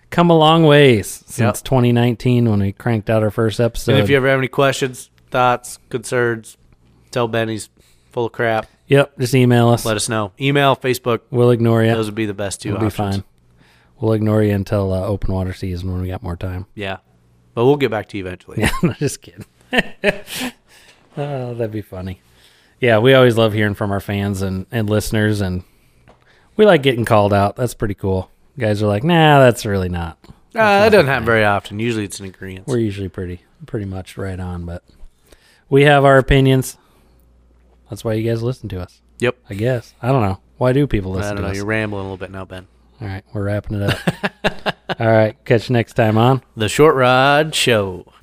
Speaker 1: come a long ways since
Speaker 2: Yep.
Speaker 1: 2019 when we cranked out our first episode.
Speaker 2: and if you ever have any questions, thoughts, concerns, tell Ben he's full of crap.
Speaker 1: yep, just email us.
Speaker 2: Let us know. Email, Facebook.
Speaker 1: We'll ignore you.
Speaker 2: Those would be the best 2
Speaker 1: We'll be
Speaker 2: options.
Speaker 1: fine. We'll ignore you until uh, open water season when we got more time.
Speaker 2: Yeah, but we'll get back to you eventually.
Speaker 1: Yeah, no, just kidding. oh, that'd be funny. Yeah, we always love hearing from our fans and, and listeners, and we like getting called out. That's pretty cool. Guys are like, nah, that's really not.
Speaker 2: Uh, that doesn't happen very often. Usually, it's an agreement.
Speaker 1: We're usually pretty pretty much right on, but we have our opinions. That's why you guys listen to us,
Speaker 2: Yep.
Speaker 1: I guess. I don't know. Why do people
Speaker 2: I
Speaker 1: listen
Speaker 2: don't
Speaker 1: to
Speaker 2: know.
Speaker 1: us?
Speaker 2: You're rambling a little bit now, Ben.
Speaker 1: All right, we're wrapping it up. All right, catch you next time on.
Speaker 2: The Short Rod Show.